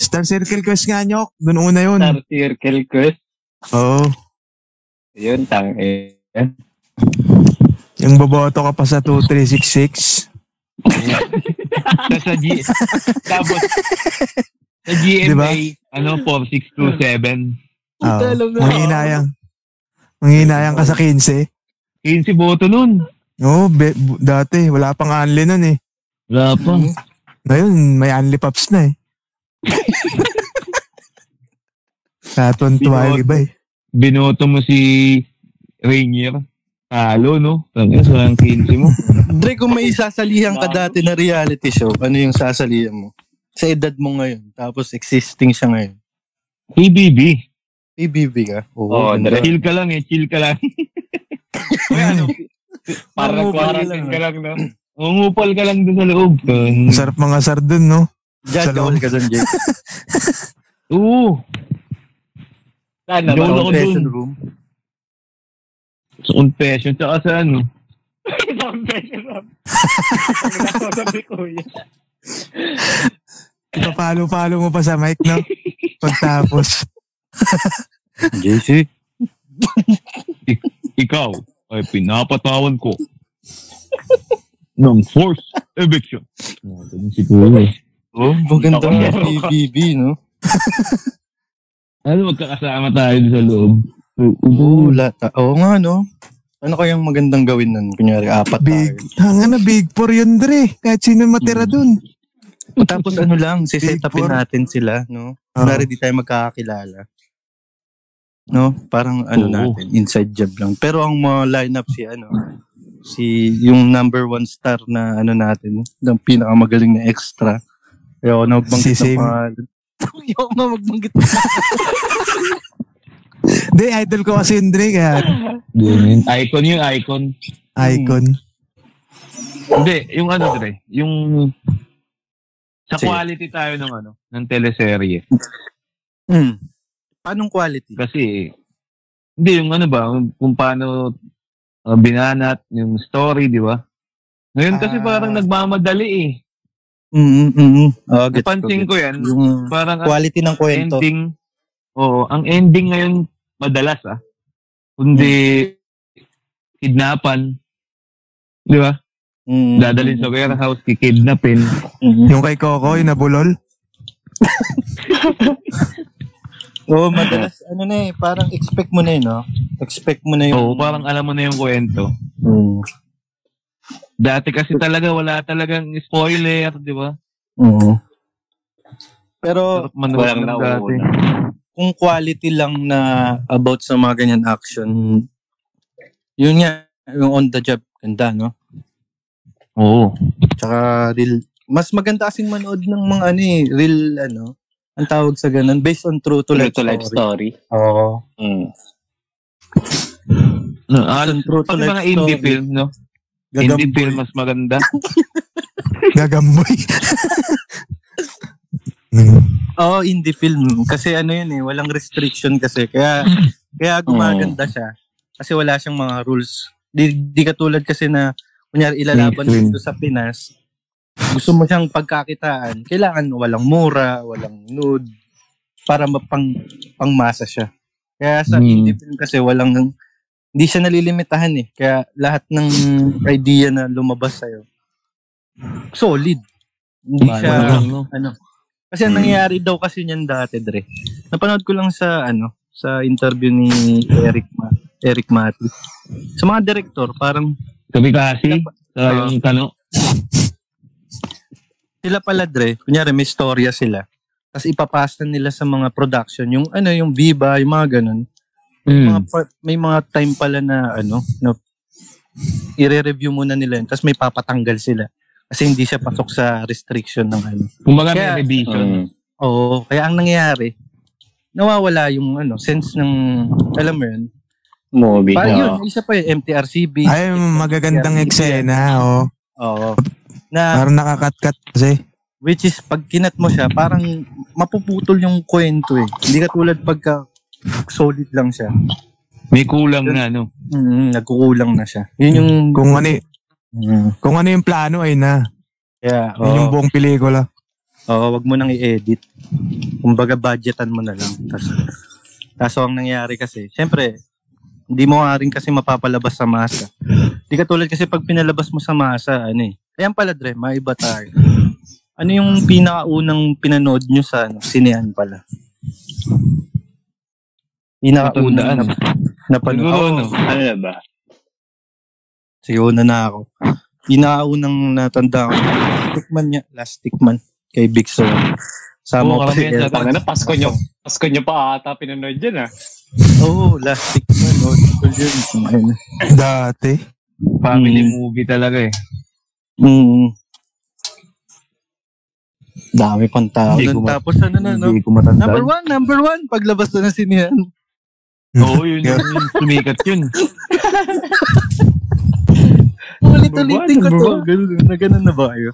S2: Star Circle Quest nga, Nyok. Doon una yun.
S7: (laughs) Star Circle Quest.
S2: Oo.
S7: Yun, tang eh.
S2: Yung boboto ka pa sa 2366.
S1: Tapos sa G... Tapos, sa GMA,
S2: Diba?
S1: ano, 4627.
S2: Oo.
S3: alam na.
S2: Manginayang. Manginayang ka sa 15.
S1: 15 boto nun.
S2: Oo, be- bu- dati. Wala pang anli nun eh.
S1: Wala pa.
S2: Ngayon, may anli pops
S7: (laughs)
S2: na eh. Natuwan-tuwa yung iba eh.
S1: Binoto mo si Rainier. Talo, no? Tangin, so ang 15 mo.
S3: Dre, kung may sasalihan ka dati na reality show, ano yung sasalihan mo? Sa edad mo ngayon, tapos existing siya ngayon.
S1: PBB.
S3: PBB ka? Oo,
S7: Oo,
S3: ganda.
S7: Dre.
S1: Oh, Chill ka lang eh, chill ka lang. Uy, ano? (laughs) Parang
S3: Mangupal
S1: quarantine
S3: lang,
S1: ka lang, no? Umupal ka lang doon sa loob. Um,
S2: Masarap mga sar dun, no?
S3: Diyan ka
S2: Salamat.
S3: ka dun, (laughs) Jake.
S1: Oo.
S7: Sana
S1: Doon
S7: ba?
S1: ako dun.
S3: Confession room.
S1: Sa confession, tsaka sa ano. (laughs)
S2: Ipapalo-palo mo pa sa mic, no? Pagtapos.
S3: JC?
S1: Ikaw ay pinapatawan ko ng forced eviction. Oh, ganun siguro eh.
S3: Oo, maganda
S1: Ako
S3: nga
S1: yan.
S3: PBB, no?
S1: Ano, magkakasama tayo doon sa loob.
S3: Oo, lata. Oo nga, no? Ano kayang magandang gawin nun? Kunyari, apat
S2: Big,
S3: tayo.
S2: hanga na, big four yun, Dre. Kahit sino matira dun.
S3: Tapos ano lang, siset
S2: Big
S3: upin
S2: four.
S3: natin sila, no?
S2: Oo.
S3: Kunwari di tayo magkakakilala. No? Parang ano
S1: Oo.
S3: natin, inside job lang. Pero ang mga lineup si ano, si yung number one star na ano natin, ng pinakamagaling na extra. Ayoko na magbanggit ng
S2: Si Sim.
S3: pangalan. (laughs) Ayoko na magbanggit ng
S2: Hindi, idol ko kasi yun, Dre. Kaya
S1: Ganun. Icon yung icon.
S2: icon.
S1: Hindi, yung ano, Dre. Yung... Sa
S3: Sige.
S1: quality tayo ng ano, ng teleserye.
S3: Mm. Anong quality?
S1: Kasi, hindi, yung ano ba, kung paano uh, binanat yung story, di ba? Ngayon kasi
S3: Ah.
S1: parang nagmamadali eh.
S3: Mm, mm, mm, mm. Oh, gets ko,
S1: Napansin
S3: gets
S1: ko yan.
S3: Yung
S1: Parang ang
S3: quality ng kwento.
S1: ending, oo, ang ending ngayon madalas ah. Kundi, kidnapan. Di ba?
S3: Mm,
S1: Dadalhin sa warehouse, kikidnapin.
S3: mm, mm.
S2: Yung kay Coco, yung nabulol.
S3: Oo, madalas, ano na eh, parang expect mo na eh, no? Expect mo na yung...
S1: Oo, parang alam mo na yung kwento.
S3: Mm.
S1: Dati kasi talaga wala talagang spoiler, di ba?
S3: Oo. mm-hmm. Pero
S1: Sarap manood
S7: walang
S1: ng
S7: nauuna.
S1: dati.
S3: kung quality lang na about sa mga ganyan action, yun nga, yung on the job, ganda, no?
S1: Oo.
S3: Tsaka real, mas maganda kasing manood ng mga ano eh, real, ano, ang tawag sa ganun, based on true to life
S7: Tulad to life story.
S3: Oo.
S7: Mm.
S1: No, ah,
S3: true
S1: pag
S3: to life
S1: mga indie
S3: story.
S1: film, no? Indie film mas maganda.
S2: Gagamboy. Hmm.
S3: Oo, indie film. Kasi ano yun eh, walang restriction kasi. Kaya, kaya gumaganda siya. Kasi wala siyang mga rules. Di, di katulad kasi na, kunyari ilalaban mo
S1: Mainstream.
S3: ito sa Pinas, gusto mo siyang pagkakitaan, kailangan walang mura, walang nude, para mapang, pangmasa siya. Kaya sa
S1: Hmm.
S3: indie film kasi walang, hindi siya nalilimitahan eh. Kaya lahat ng
S1: Hmm.
S3: idea na lumabas sa'yo, solid. Hindi
S1: Ano
S3: siya,
S1: lang, no? Hmm.
S3: ano. Kasi ang nangyayari daw kasi niyan dati, Dre. Napanood ko lang sa, ano, sa interview ni Eric, Ma- Eric Mati. Sa mga director, parang
S1: Kami kasi, sa yung
S3: Ah.
S1: ano, tanong.
S3: sila pala, Dre, kunyari may storya sila. Tapos ipapasa nila sa mga production, yung ano, yung Viva, yung mga ganun. Mga
S1: Mm.
S3: pa- may mga time pala na, ano, na i-review muna nila yun. Tapos may papatanggal sila. Kasi hindi siya pasok sa restriction ng ano.
S1: Kumbaga may
S3: Kaya-
S1: revision.
S11: Mm.
S3: Oo, kaya ang nangyayari, nawawala yung ano, sense ng, alam mo yun,
S11: Mobi.
S3: Parang yun,
S11: Oo.
S3: isa pa yun, MTRCB.
S2: Ay, magagandang eksena, oh.
S3: Oo. Na,
S2: Parang nakakatkat kasi.
S3: which is, pag kinat mo siya, parang mapuputol yung kwento eh. Hindi katulad pagka solid lang siya.
S1: May kulang na, no?
S3: Mm, nagkukulang na siya. Yun yung...
S2: Kung ano, y-
S3: Mm,
S2: kung ano yung plano ay na.
S3: yeah, oo.
S2: Yun yung buong pelikula.
S3: Oo, wag mo nang i-edit. Kumbaga, budgetan mo na lang. Tapos, kaso ang nangyari kasi, syempre, hindi mo nga rin kasi mapapalabas sa masa. Hindi katulad kasi pag pinalabas mo sa masa, ano eh. Ayan pala, Dre, maiba tayo. Ano yung pinakaunang pinanood nyo sa ano, sinehan pala? Pinakaunang
S1: Matandaan.
S3: na,
S1: Siguro,
S3: napanood. Oo,
S1: no?
S11: Ano na ba?
S3: Sige, una na ako. Pinaunang natanda ko, Last Tikman niya, Last Tikman, kay Big Soul.
S1: Oo,
S3: Sama ko si
S1: karamihan sa
S3: Elton.
S11: Tanga na, Pasko nyo. Pasko nyo pa ata pinanood yan ah.
S3: Oo, oh, last week na, no? Tol yun. Ayun.
S2: Dati.
S1: Family
S3: Mm.
S1: movie talaga
S3: (laughs)
S1: eh.
S3: Mm. Dami pang tao.
S1: Hindi
S3: nun.
S1: ko ma-
S3: Tapos ano na, no?
S1: Hindi ko matandaan.
S3: Number one, number one. Paglabas na ng sinihan.
S1: Oo, yun yun. yun. Sumikat yun.
S3: Ulit-ulitin ko
S1: Number
S3: to. Ganun, na ganun na ba kayo?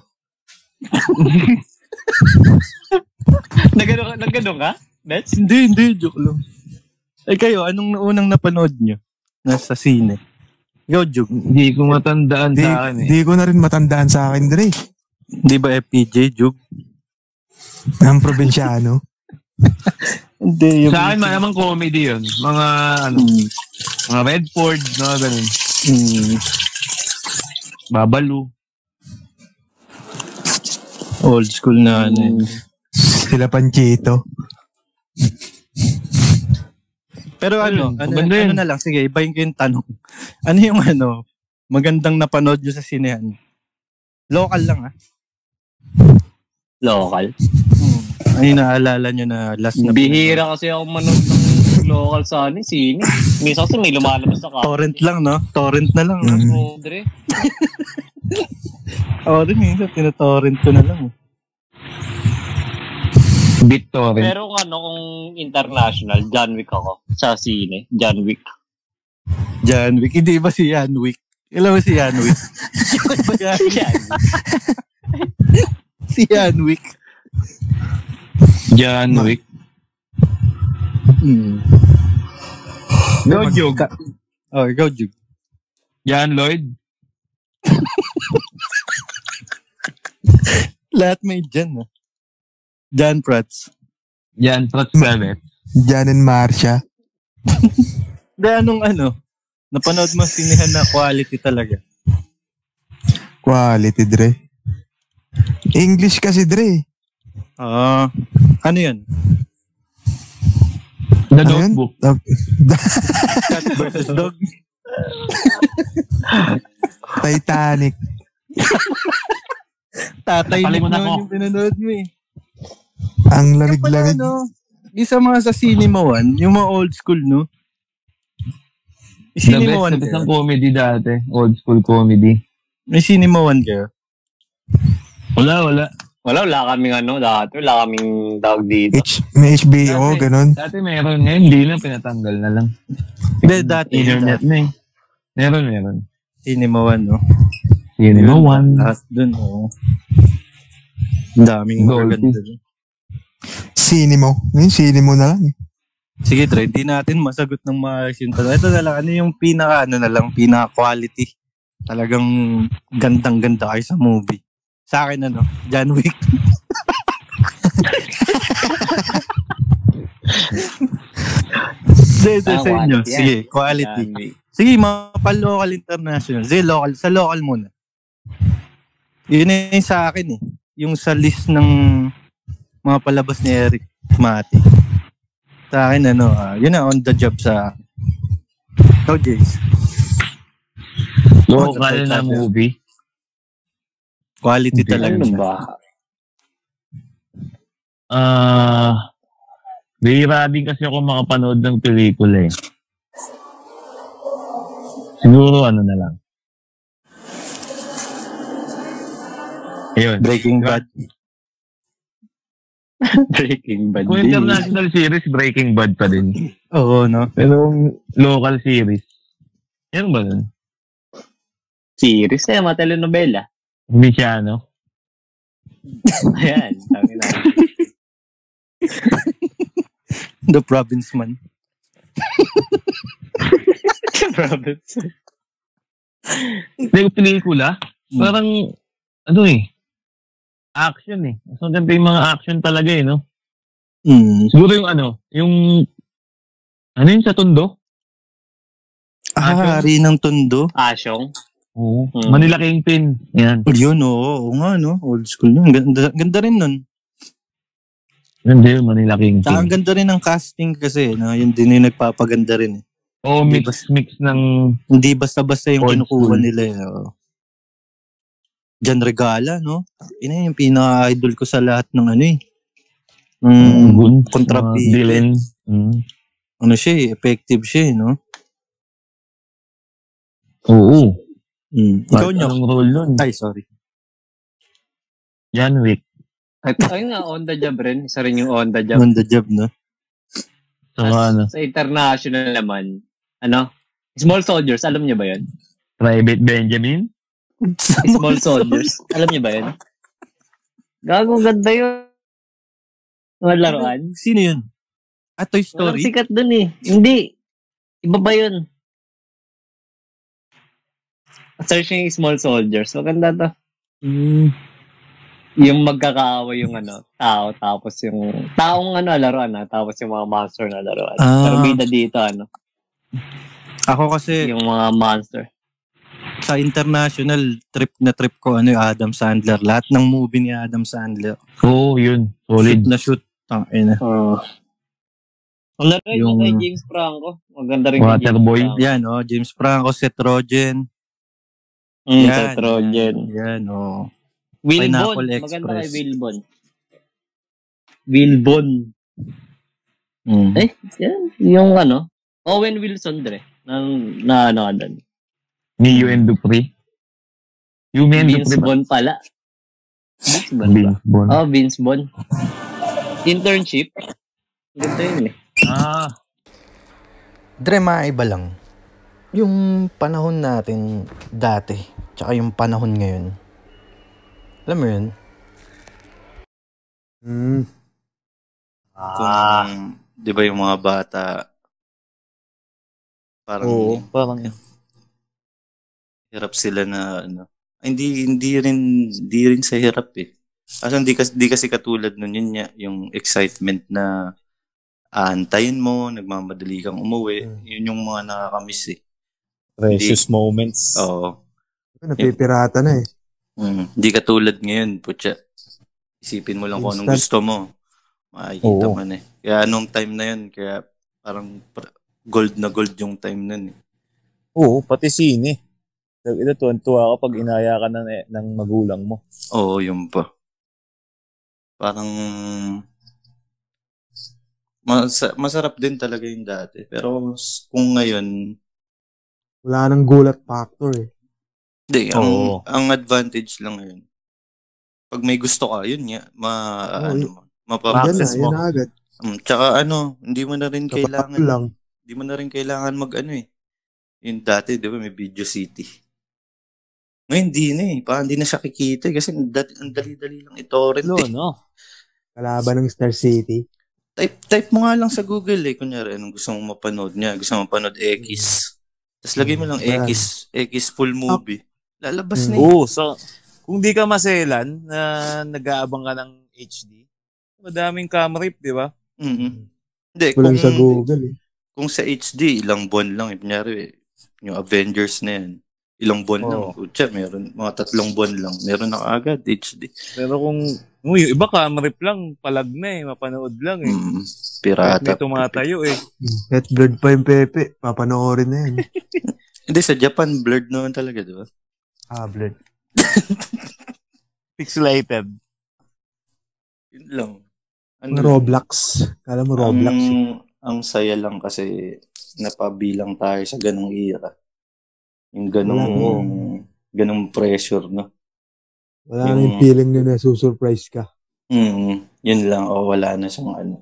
S11: Nagano ka? Nagano ka? That's
S3: Hindi, hindi. Joke lang. Eh kayo, anong unang napanood nyo? Nasa sine. Yo, Jug.
S1: Hindi ko matandaan
S2: Di,
S1: sa akin eh.
S2: di ko na rin matandaan sa akin, Dre.
S3: Hindi ba FPJ, Jug?
S2: Ang probinsyano.
S3: Hindi.
S1: Sa akin, malamang comedy yun. Mga, ano,
S3: Mm,
S1: mga Redford, mga ganun.
S3: mm.
S1: Babalu.
S3: Old school na ano. eh.
S2: Sila Panchito.
S3: Pero ano, ano,
S1: maganda yun.
S3: ano na lang, sige, ibahin ko yung tanong. (laughs) Ano yung ano, magandang napanood nyo sa sinehan? Local lang ah.
S7: Local.
S3: Hmm. Ano yung naalala nyo na last na
S7: Bihira kasi ako manood ng local sa ano, sine. Minsan kasi may lumalabas na ka.
S3: Torrent lang, no? Torrent na lang. ah.
S2: Mm.
S7: Andre.
S3: Oo, rin minsan, tinatorrent ko na lang. eh.
S1: Victoria.
S7: Pero kung ano, kung international, John Wick ako. Sa sine, John Wick.
S3: John Wick. Hindi ba si John Wick? Alam mo si John (laughs) Wick? Yun ba yan? si John Wick.
S1: John Wick.
S3: Hmm.
S1: Go, Jug.
S3: Oh, ikaw, Jug.
S1: John Lloyd.
S3: Lahat may John, ah. John Prats.
S1: John Tratsabet.
S2: Jan and Marcia.
S3: Hindi, anong ano? Napanood mo sinihan na quality talaga.
S2: Quality, Dre. English kasi, Dre.
S3: Ah, ano yun?
S1: The
S2: Ano yun?
S1: Notebook.
S3: Cat versus dog?
S2: Titanic.
S3: Tatay Nick
S1: Napalimutan
S3: naman
S1: ako.
S3: yung pinanood mo eh.
S2: Ang
S3: Kaya pala
S2: lamig-lamig.
S3: ano, isa mga sa Cinema One, yung mga old school, no?
S1: The
S3: May Cinema
S1: best
S3: One
S1: na
S3: kayo?
S1: isang comedy dati. Old school comedy.
S3: May Cinema One kayo?
S1: Wala, wala.
S7: Wala, wala kaming ano dati. Wala kaming tawag
S3: ano?
S7: dito.
S2: H, may HBO,
S1: Dati.
S2: ganun.
S1: Dati meron. Ngayon, hindi na. Pinatanggal na lang.
S3: Hindi, dati.
S1: Mm, Internet
S3: dati.
S1: na eh. Meron, meron.
S3: Cinema One, no?
S1: Cinema
S3: Yun,
S1: One.
S3: Lahat dun, oo. Ang daming
S1: Dolphy.
S3: maganda dun.
S2: Sinimo. Ngayon, sinimo na lang. eh.
S3: Sige, Trey, di natin masagot ng maayos yung tanong. Ito na lang, ano yung pinaka, ano na lang, pinaka-quality? Talagang gandang-ganda kayo sa movie. Sa akin, ano, John Wick. Sige, sige, sa inyo. Sige, quality.
S7: John Wick.
S3: Sige, mga pa-local international. Sige, local. Sa local muna. Yun na yung sa akin eh. Yung sa list ng mga palabas ni Eric Mati. Sa akin, ano, ah, yun na, on the job sa... Ikaw, Jace.
S1: Local na movie.
S3: Quality
S1: Hindi,
S3: talaga
S7: Ano
S3: siya.
S7: ba?
S1: Ah... Bihira din kasi ako makapanood ng pelikula eh. Siguro ano na lang. Ayun.
S12: Breaking Bad.
S4: Breaking Bad.
S1: Kung international series, Breaking Bad pa din.
S12: Oo, no?
S1: Pero kung local series, yan ba nun?
S4: Series.
S7: Kasi mga telenovela.
S1: Hindi siya, ano?
S7: Ayan. Sabi na.
S12: The Province Man.
S4: Province.
S1: Hindi, yung pelikula, parang, ano eh, action eh. Mas maganda yung mga action talaga eh, no?
S12: Mm.
S1: Siguro yung ano, yung, ano yung sa Tondo?
S12: Ah, Hari ng Tondo.
S7: Asyong.
S1: Oo.
S7: Hmm.
S1: Manila Kingpin. Yan.
S12: Oh, yun, oo. Oo nga, no? Old school yun. Ganda, ganda rin nun.
S1: Ganda yun, Manila
S12: Tsaka
S1: Kingpin.
S12: ang ganda rin ng casting kasi. No? Yun din yung nagpapaganda rin. Eh.
S1: Oo, mix-mix ng
S12: Hindi basta-basta yung
S1: Old
S12: kinukuha
S1: school.
S12: nila. Eh. oo. Jan Regala, no? Ina yung pinaka-idol ko sa lahat ng ano eh.
S1: mm,
S12: Mm,
S1: good.
S12: kontrapi.
S1: Dylan. Mm.
S12: ano siya eh, effective siya eh, no?
S1: Oo.
S12: Mm. Ikaw
S1: Kahit
S12: nyo.
S1: Anong role nun?
S12: Ay, sorry.
S1: John Wick.
S7: At ayun nga, on the job rin. Isa rin yung on the job.
S12: On the job, no?
S1: Sa ano,
S7: Sa international naman, ano? Small Soldiers, alam niyo ba yun?
S1: Private Benjamin.
S7: Small Soldiers. Alam niyo ba yun? Gagong ganda yun. Mga laruan.
S12: Sino yun? Ah, Toy
S7: Walang
S12: Story?
S7: sikat dun eh. Hindi. Iba ba yun? Search niyo yung Small Soldiers. Maganda to.
S12: Mm.
S7: Yung magkakaawa yung ano, tao, tapos yung, taong ano, laruan na, tapos yung mga monster na laruan.
S12: Ah.
S7: Pero bida dito, ano,
S12: Ako kasi,
S7: yung mga monster.
S12: sa international trip na trip ko, ano yung Adam Sandler. Lahat ng movie ni Adam Sandler.
S1: Oo, yun.
S12: Shoot
S1: Solid.
S12: na shoot. Tang, ina.
S7: Oo. Wala rin
S12: Ah. Yung-
S7: yung kay James Franco. Maganda rin kay James
S1: Waterboy.
S7: Franco.
S12: Yan, oh. James Franco, Seth Rogen.
S7: Mm,
S12: Yan,
S7: sa Trojan.
S12: Yan, oh.
S7: Will Bon.
S12: Pineapple
S7: Maganda kay
S12: Express.
S7: Will Bon. Will Bon.
S12: Mm.
S7: Eh, yan. Yung ano, Owen Wilson dre. Nang, na ano ka doon.
S1: Ni Yuen Dupree. Yung men
S7: Vince
S1: Dupree ba?
S7: Bon pala. Vince Bon ba?
S1: Vince Bon.
S7: Oh, Vince Bon. Internship. Ganda yun eh.
S1: Ah.
S13: Dre, maiba lang. Yung panahon natin dati, tsaka yung panahon ngayon. Alam mo yun?
S2: Mm.
S12: Kung, di ba yung mga bata, parang
S2: Oo.
S12: parang yun. Hirap sila na ano. Ay, Hindi hindi rin hindi rin sa hirap eh. Kasi hindi kasi, hindi kasi katulad nun yun niya, yung excitement na aantayin mo, nagmamadali kang umuwi.
S2: Mm.
S12: Yun yung mga nakakamiss eh.
S4: Precious moments.
S12: Oo.
S2: Napipirata na eh.
S12: Mm. Hindi katulad ngayon, putya. Isipin mo lang kung anong
S2: Instant.
S12: gusto mo. Makikita
S2: Oo.
S12: mo na eh. Kaya anong time na yun, kaya parang pr- gold na gold yung time nun eh.
S4: Oo, pati sine. Sabi ito, tuwan-tuwa ka pag inaya ka ng, ng magulang mo.
S12: Oo, yun pa. Parang masa- masarap din talaga yung dati. Pero s- kung ngayon,
S2: Wala nang gulat factor eh.
S12: hindi, ang,
S1: Oo.
S12: ang advantage lang ngayon. Pag may gusto ka, yun nga, ma,
S2: Oo,
S12: ano,
S2: yun. Yan na,
S12: mapaprocess
S2: yan
S12: mo.
S2: na agad.
S12: Mm, tsaka ano, hindi mo na rin
S2: Kailangan
S12: kailangan
S2: lang.
S12: Di mo na rin kailangan mag ano eh. Yung dati, di ba, may video city. Ngayon, hindi na eh. Parang hindi na siya kikita eh, kasi ang dat- ang dali-dali lang i-torrent eh.
S2: Kalaban ng Star City.
S12: Type, type mo nga lang sa Google eh. Kunyari, anong gusto mong mapanood niya? Gusto mong mapanood X.
S2: Mm.
S12: Tapos lagay mo lang
S2: Ayan.
S12: X, X full movie.
S2: Hmm. Mm.
S12: Lalabas na eh.
S4: Oo, so kung di ka maselan na nag-aabang ka ng HD, madaming cam rip, di ba?
S12: Mm-mm. Hindi,
S2: Walang
S12: kung,
S2: sa Google eh.
S12: kung sa HD, ilang buwan lang. Eh. Kunyari, eh, yung Avengers na yan. Ilang buwan lang.
S2: Oh.
S12: Kutsa, meron mga tatlong buwan lang. Meron na agad HD.
S4: Pero kung oh, yung iba cam rip lang, palag na eh, mapanood lang eh.
S2: Hmm.
S12: Mm,
S4: Kahit
S12: pirata.
S4: May tumatayo eh.
S2: At blood pa yung Pepe. Papanoorin na yan.
S12: Hindi, sa Japan, blurred naman talaga, di ba?
S2: (laughs) ah, blood.
S4: Pixelated.
S12: Yun lang. Ano,
S2: Mga Roblox. Kala mo Roblox.
S12: Ang,
S3: Hmm.
S2: eh.
S12: ang saya lang kasi napabilang tayo sa ganong era. Yung
S2: Wala
S12: ganong, ganong pressure, no?
S2: Wala na yung
S12: Yung-
S2: feeling na nasusurprise ka.
S12: Mm, yun lang. O, wala na siyang ano.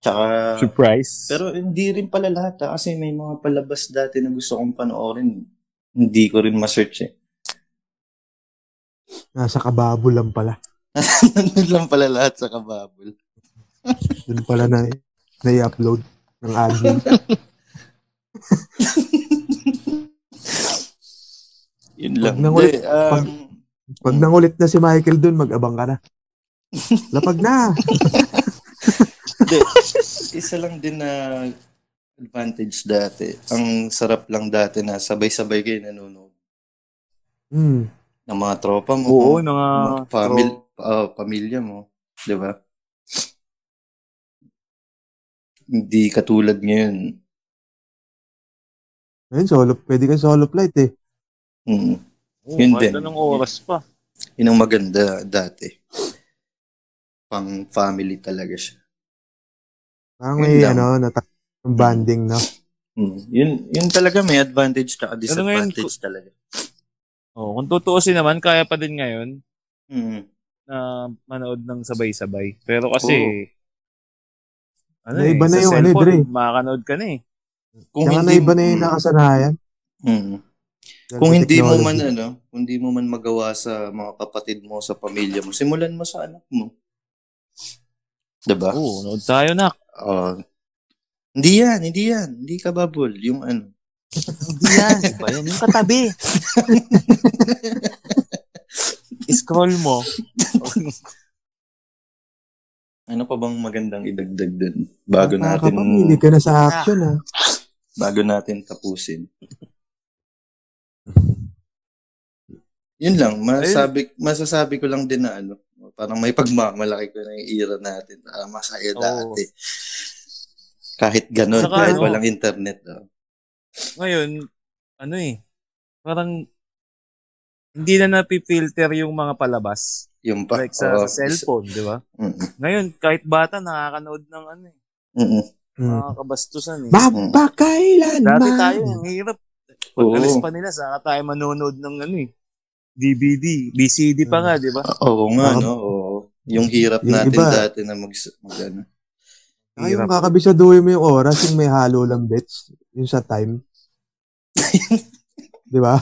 S12: Tsaka...
S1: Surprise.
S12: Pero hindi rin pala lahat ah, kasi may mga palabas dati na gusto kong panoorin. Hindi ko rin ma-search eh. (laughs)
S2: Nasa kababo lang pala.
S12: Nandun Ano lang pala lahat sa kababol.
S2: Doon pala na na-upload ng
S12: (laughs)
S2: admin.
S12: Yun
S2: Pag
S12: lang.
S2: nangulit,
S12: Hindi, um,
S2: pag, pag nangulit na si Michael doon, mag-abang ka na. Lapag na!
S12: Hindi. Isa lang din na advantage dati. Ang sarap lang dati na sabay-sabay kayo nanonood
S2: Hmm.
S12: ng mga tropa mo.
S2: Oo,
S12: ng
S2: mga
S12: famil- ah, pamilya mo. Di ba? Hindi katulad ngayon.
S2: Ngayon, solo, pwede ka solo flight eh.
S12: Mm.
S1: Oh,
S12: Yun
S1: kahit
S12: din.
S1: anong oras pa.
S12: Yun ang maganda dati. Pang family talaga siya.
S2: Parang may,
S12: Yun lang.
S2: ano, nata- banding, no?
S12: Mm. Yun, yun talaga may advantage ka,
S1: Pero ngayon,
S12: disadvantage talaga.
S1: Oh, kung tutuusin naman, kaya pa din ngayon Mm-hmm.
S12: Mm.
S1: na manood ng sabay-sabay. Pero kasi, ano eh,
S2: Naiba na
S1: sa
S2: yung ano eh,
S1: cellphone,
S2: Dre.
S1: makakanood ka na eh.
S12: Kung
S2: Saka
S12: hindi-
S2: naiba na yung nakasanayan.
S12: Mm.
S2: Dahil
S12: Kung
S2: sa
S12: hindi mo
S2: technology.
S12: man ano, kung hindi mo man magawa sa mga kapatid mo, sa pamilya mo, simulan mo sa anak mo. 'Di ba?
S1: Oo, nood tayo nak.
S12: Oh. hindi yan, hindi yan. Hindi ka babol. Yung ano. hindi yan. Iba yan. Yung (laughs) katabi.
S1: Scroll mo.
S12: ano pa bang magandang idagdag dun? Bago natin,
S2: Nakakapamili ka na sa action, ah. ha?
S12: bago natin
S1: (laughs)
S12: tapusin. Yun lang, masabi, masasabi ko lang din na ano, parang may pagmamalaki ko na yung era natin. Ah, masaya dati. Kahit ganun,
S1: Saka
S12: kahit
S1: ano-
S12: walang internet. ah.
S1: Ngayon, ano eh, parang hindi na napipilter yung mga palabas.
S12: Yung pa- oh,
S1: Like sa,
S12: oo.
S1: sa cellphone, di ba?
S12: Mm.
S1: Ngayon, kahit bata, nakakanood ng ano eh,
S12: Mm-mm.
S2: Hmm.
S1: mga kabastusan eh.
S2: Mapakailan
S1: Dati
S2: man.
S1: tayo, eh. ang hirap. Pag
S12: Oo.
S1: alis pa nila, saka tayo manonood ng ano eh, DVD, BCD pa nga, di ba? Ah.
S12: Oo nga, no? Oo. Yung hirap
S2: Yung
S12: natin
S2: iba.
S12: dati na mag, mag ano.
S2: Ay, yung kakabisaduhin mo yung oras, yung may halo lang bets, yung
S1: (laughs)
S2: sa time. Di ba?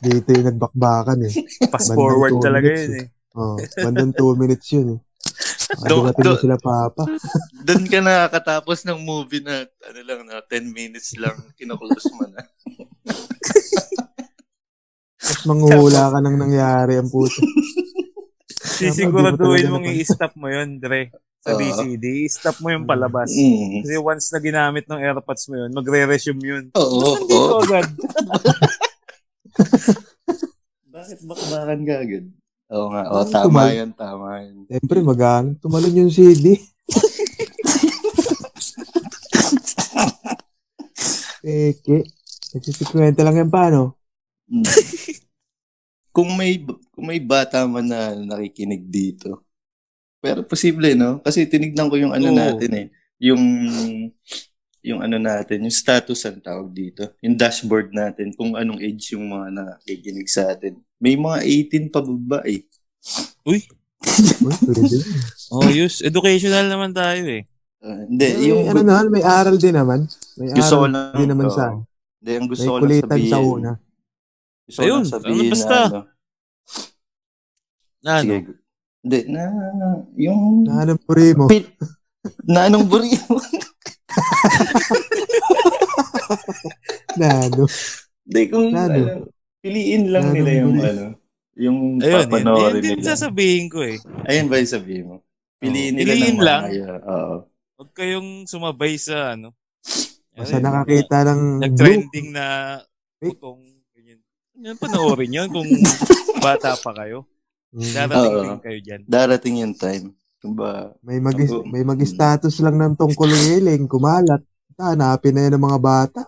S2: Dito yung nagbakbakan eh.
S1: Fast
S2: Bandang
S1: forward
S2: two
S1: talaga
S2: minutes,
S1: yun eh.
S2: Oo, bandang 2 minutes yun eh. Ah,
S12: Do-
S2: dumating na
S12: do-
S2: sila papa.
S12: Doon ka nakakatapos ng movie na ano lang na 10 minutes lang kinukulos mo na.
S2: Tapos manghuhula ka ng nangyari ang puto.
S1: Sisiguraduhin
S2: Tama, di ba talaga
S1: mong i-stop mo yun, Dre. Sa
S2: Oo.
S1: BCD, i-stop mo yung palabas.
S12: (laughs) Mm.
S1: Kasi once na ginamit ng AirPods mo yun, magre-resume yun.
S12: Oo,
S1: Hindi
S12: oo.
S1: ko
S3: Oh,
S1: agad.
S12: Bakit bakbakan ka agad? Oo nga, oo,
S2: Ano,
S12: tama
S2: tumal-
S12: yun, tama yun.
S2: Siyempre, magaan. Tumalon yung CD. Peke. Nagsisikwenta lang yan paano?
S12: Hmm. (laughs) Kung may kung may bata man na nakikinig dito. Pero posible, no? Kasi tinignan ko yung
S14: Oo.
S12: ano natin eh. Yung yung ano natin, yung status ang tawag dito. Yung dashboard natin, kung anong age yung mga nakikinig sa atin. May mga 18 pa ba eh.
S1: Uy! Oh, yus. Educational naman tayo eh.
S12: Ah, hindi,
S2: May, ano naman, may aral din naman. May
S1: Gusto ko
S2: aral
S1: lang,
S2: din naman
S1: oo.
S2: sa...
S12: Hindi, ang Ano
S2: may
S12: gusto ko lang
S2: kulitan
S12: sabihin.
S2: sa una.
S12: Gusto ko lang
S1: Ayun,
S12: sabihin
S1: ano, basta.
S12: na ano.
S1: Na, ano?
S12: Sige. Hindi, na yung...
S2: Na anong puri mo?
S12: Pil- na anong buri (laughs) mo?
S2: na
S12: (laughs)
S2: ano?
S12: Hindi, kung
S2: Lalo.
S12: ano, piliin lang
S2: Lalo
S12: nila yung
S2: muli.
S12: ano. Yung
S1: Ayun, yun, yun
S12: papanoorin
S1: din
S12: nila.
S1: sasabihin ko eh. Oh.
S12: Ayun ba yung sabihin mo? Piliin nila
S1: Piliin
S12: ng
S1: lang.
S12: mga- Oo.
S1: Huwag kayong sumabay sa ano.
S2: Basta
S1: Ano yun,
S2: nakakita ng
S1: Nag-trending na putong ganyan. Yan, panoorin yun kung bata pa kayo. Darating
S12: Oo.
S1: din kayo dyan.
S12: Darating yung time. Kumba,
S2: May mag may mag-status lang ng tungkol yeling, kumalat. Hanapin na yan ng mga bata.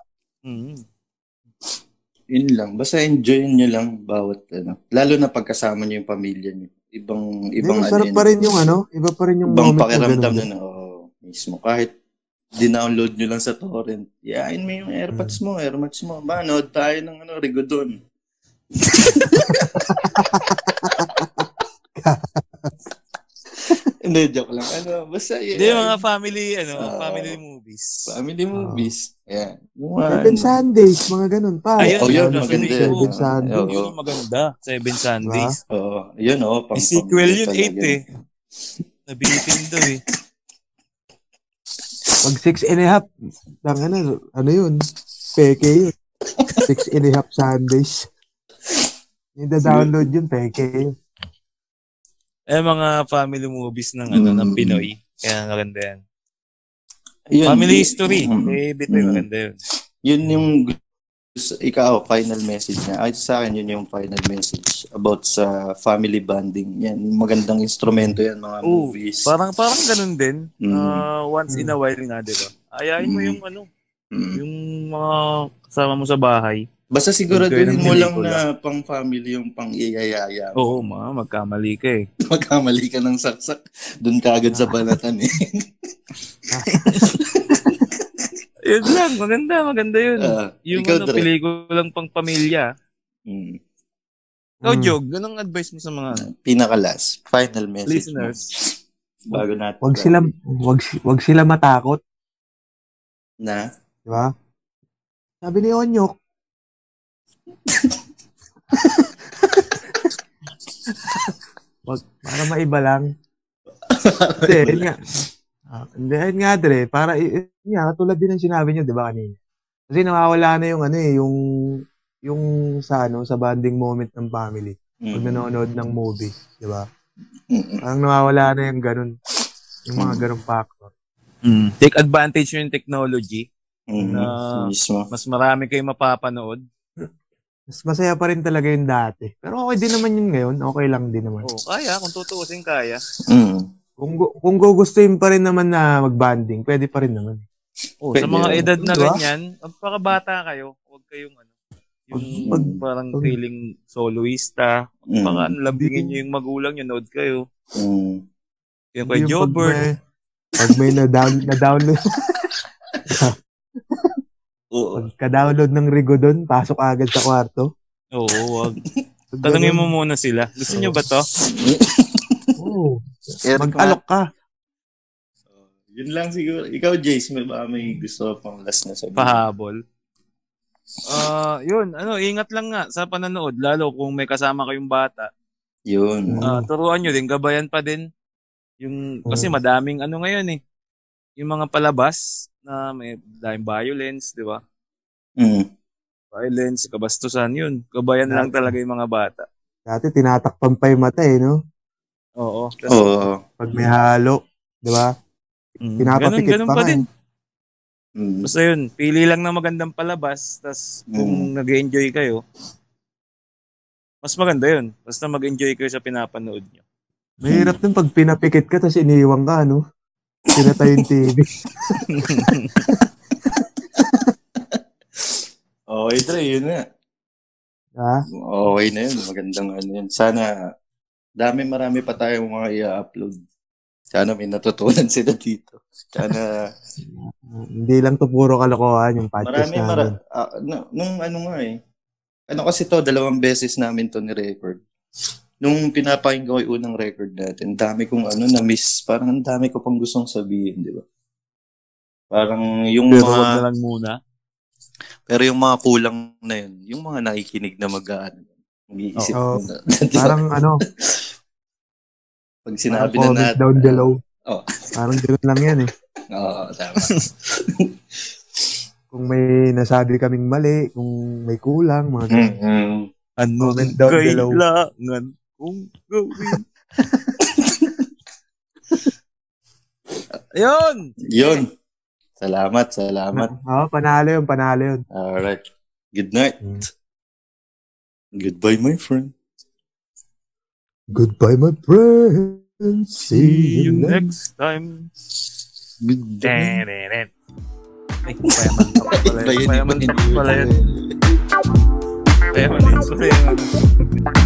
S12: yun lang. Basta enjoy nyo lang bawat ano. Lalo na pagkasama nyo yung pamilya nyo. Ibang,
S2: Di,
S12: ibang
S2: masarap Eh,
S12: yun. eh.
S2: pa rin yung ano, iba pa rin yung
S12: Ibang
S2: moment na
S12: pakiramdam na
S2: ganun.
S12: na, oo, mismo. Kahit dinownload nyo lang sa
S2: Mm. (laughs)
S12: torrent. Yain mo yung AirPods mo, AirPods mo. Manood tayo ng ano, Rigodon. Hindi, joke lang. Ano, basta yun.
S4: Hindi, mga family, ano,
S12: Oo.
S4: family movies.
S2: Ah.
S12: Family movies. Yan.
S2: Seven Sundays, mga ganun pa.
S4: Ayun,
S12: Oh, yun,
S4: yun,
S12: ano. maganda.
S4: yun.
S2: Seven Sundays. diba?
S12: Oo.
S4: Yun ang maganda, Seven Sundays.
S12: Oo. Yun, oh.
S4: May sequel yun,
S12: talaga.
S4: 8 eh. Nabitin daw eh.
S2: Pag six and a half, lang ano, ano yun? Peke yun. six and a half Sundays. Yung da-download yun, peke yun.
S4: Eh, mga family movies ng, ano, ng
S12: Mm.
S4: Pinoy. Kaya maganda yan.
S12: Yun,
S4: family
S12: yun.
S4: history.
S12: Mm.
S4: Eh, bito yun,
S12: Mm.
S4: maganda yun.
S12: Yun yung gusto, ikaw, final message niya. Ay, sa akin, yun yung final message about sa family bonding. Yan, magandang instrumento yan, mga
S4: Oo,
S12: movies.
S4: Parang, parang ganun din.
S12: Mm.
S4: Ah, once in a while nga, di ba? Ayayin mo
S12: Mm.
S4: yung, ano,
S12: Mm.
S4: yung mga kasama mo sa bahay.
S12: Basta siguraduhin
S4: Enjoy ng
S12: mo lang
S4: pelikula.
S12: na pang family yung pang iyayaya.
S4: Oo, ma, magkamali ka eh.
S12: (laughs) Magkamali ka ng saksak, dun ka agad sa balatan eh.
S4: (laughs) Yun lang, maganda, maganda yun.
S12: Ah,
S4: yung
S12: ikaw,
S4: ano,
S12: Dre.
S4: pelikulang pang pamilya.
S12: Mm.
S4: Ikaw,
S2: Hmm.
S12: Mm.
S4: Jog, anong advice mo sa mga
S12: Pinakalas, final message mo. Hmm.
S4: listeners?
S12: Bago natin.
S2: Wag sila, wag, wag sila matakot,
S12: Na?
S2: di ba? Sabi ni Onyok, wag, para maiba (laughs) lang. Hindi, yun nga. Ah, Hindi, yun nga, Dre. Para, yun nga, katulad din ang sinabi niyo, di ba, kanina? Kasi nawawala na yung, ano eh, yung, yung sa, ano, sa bonding moment ng family. Pag
S12: Mm.
S2: nanonood ng movies, di ba? Parang nawawala na yung ganun. Yung mga ganun factor.
S4: Take advantage nyo yung technology
S12: Mm.
S4: na
S12: Mismo.
S4: mas marami kayong mapapanood.
S2: Mas masaya pa rin talaga yung dati. Pero okay din naman yun ngayon. Okay lang din naman.
S4: Oo, Oh, kaya. Kung tutuusin, kaya.
S12: Mm.
S2: Kung, gu- kung gugustuhin pa rin naman na mag-banding, pwede pa rin naman.
S4: Oh, sa
S12: Pwede
S4: mga
S12: yun.
S4: edad na
S2: Diba?
S4: ganyan, pagpakabata kayo, huwag kayong ano, yung
S2: Pag-
S4: parang feeling soloista,
S12: Mm.
S4: baka ano, lambingin nyo yung magulang nyo, nood kayo.
S12: Mm.
S4: Yung kay
S2: Yung pag may-
S4: Jobber.
S2: Pag may na-down, na-download, (laughs)
S12: Oo.
S2: ka-download ng Rigodon, pasok agad sa kwarto.
S4: Oo, wag. Tanungin mo muna sila. Gusto nyo ba to?
S2: Oo.
S12: Eric,
S2: Mag-alok ka.
S12: Yun lang siguro. Ikaw, Jace, may ba may gusto pang last na sabihin?
S4: Pahabol. Ah, yun. Ano, ingat lang nga sa pananood. Lalo kung may kasama kayong bata.
S12: Yun.
S4: Ah, turuan nyo din, gabayan pa din. Yung,
S2: Mm.
S4: kasi madaming ano ngayon eh. Yung mga palabas na may daming violence, di ba?
S12: Mm.
S4: Violence, kabastusan, yun. Gabayan lang talaga yung mga bata.
S2: Dati tinatakpan pa yung mata eh, no?
S4: Oo. Tas,
S12: Oo.
S2: Pag may halo, di ba?
S4: mm,
S2: Pinapapikit
S4: ganun, ganun
S2: pa,
S4: pa
S2: nga
S4: din.
S2: eh.
S12: Mm.
S4: Basta yun, pili lang ng magandang palabas, tas kung nag-enjoy kayo, mas maganda yun. Basta mag-enjoy kayo sa pinapanood nyo.
S2: Mahirap din pag pinapikit ka tapos iniwang ka, no? Pinatay yung (laughs) TV.
S12: Okay, Oh, Dre, yun na.
S2: ha?
S12: Okay na yun. Magandang ano yun. Sana, dami marami pa tayong mga i-upload. Sana may natutunan (laughs) sila dito. Sana,
S2: Hindi lang to puro kalokohan yung podcast
S12: marami,
S2: namin.
S12: mara, ah, na- nung ano nga eh. Ano kasi to, dalawang beses namin to ni-record. Nung pinapakinggan ko yung unang record natin, ang dami kong ano na-miss. Parang ang dami ko pang gustong sabihin, di ba? Parang yung
S4: Pero
S12: mga...
S4: wag na lang muna.
S12: Pero yung mga kulang na yun, yung mga nakikinig na mag-aano, mag-iisip
S2: Oo.
S12: na.
S2: Parang ano,
S12: Pag
S2: parang
S12: (laughs) sinabi na
S2: comment
S12: natin.
S2: down below.
S12: Oo.
S2: Parang gano'n lang yan eh.
S12: Oo, tama.
S2: Kung may nasabi kaming mali, kung may kulang, mga ganun.
S12: Mm-mm.
S4: Ano
S2: Comment down below.
S4: kailangan kong gawin? (laughs) Ayun!
S12: Yun. Salamat, salamat.
S2: Oo, panalo yun, panalo yun.
S12: Alright. Good night.
S2: Mm.
S12: Goodbye, my friend.
S2: Goodbye, my friends.
S4: See you next time.
S12: Goodbye.
S4: Ay, payaman ka pa pala yun.
S12: Iba yun,
S4: Payaman ka pa pala yun. Payaman
S12: iba
S4: ka pa pala yun.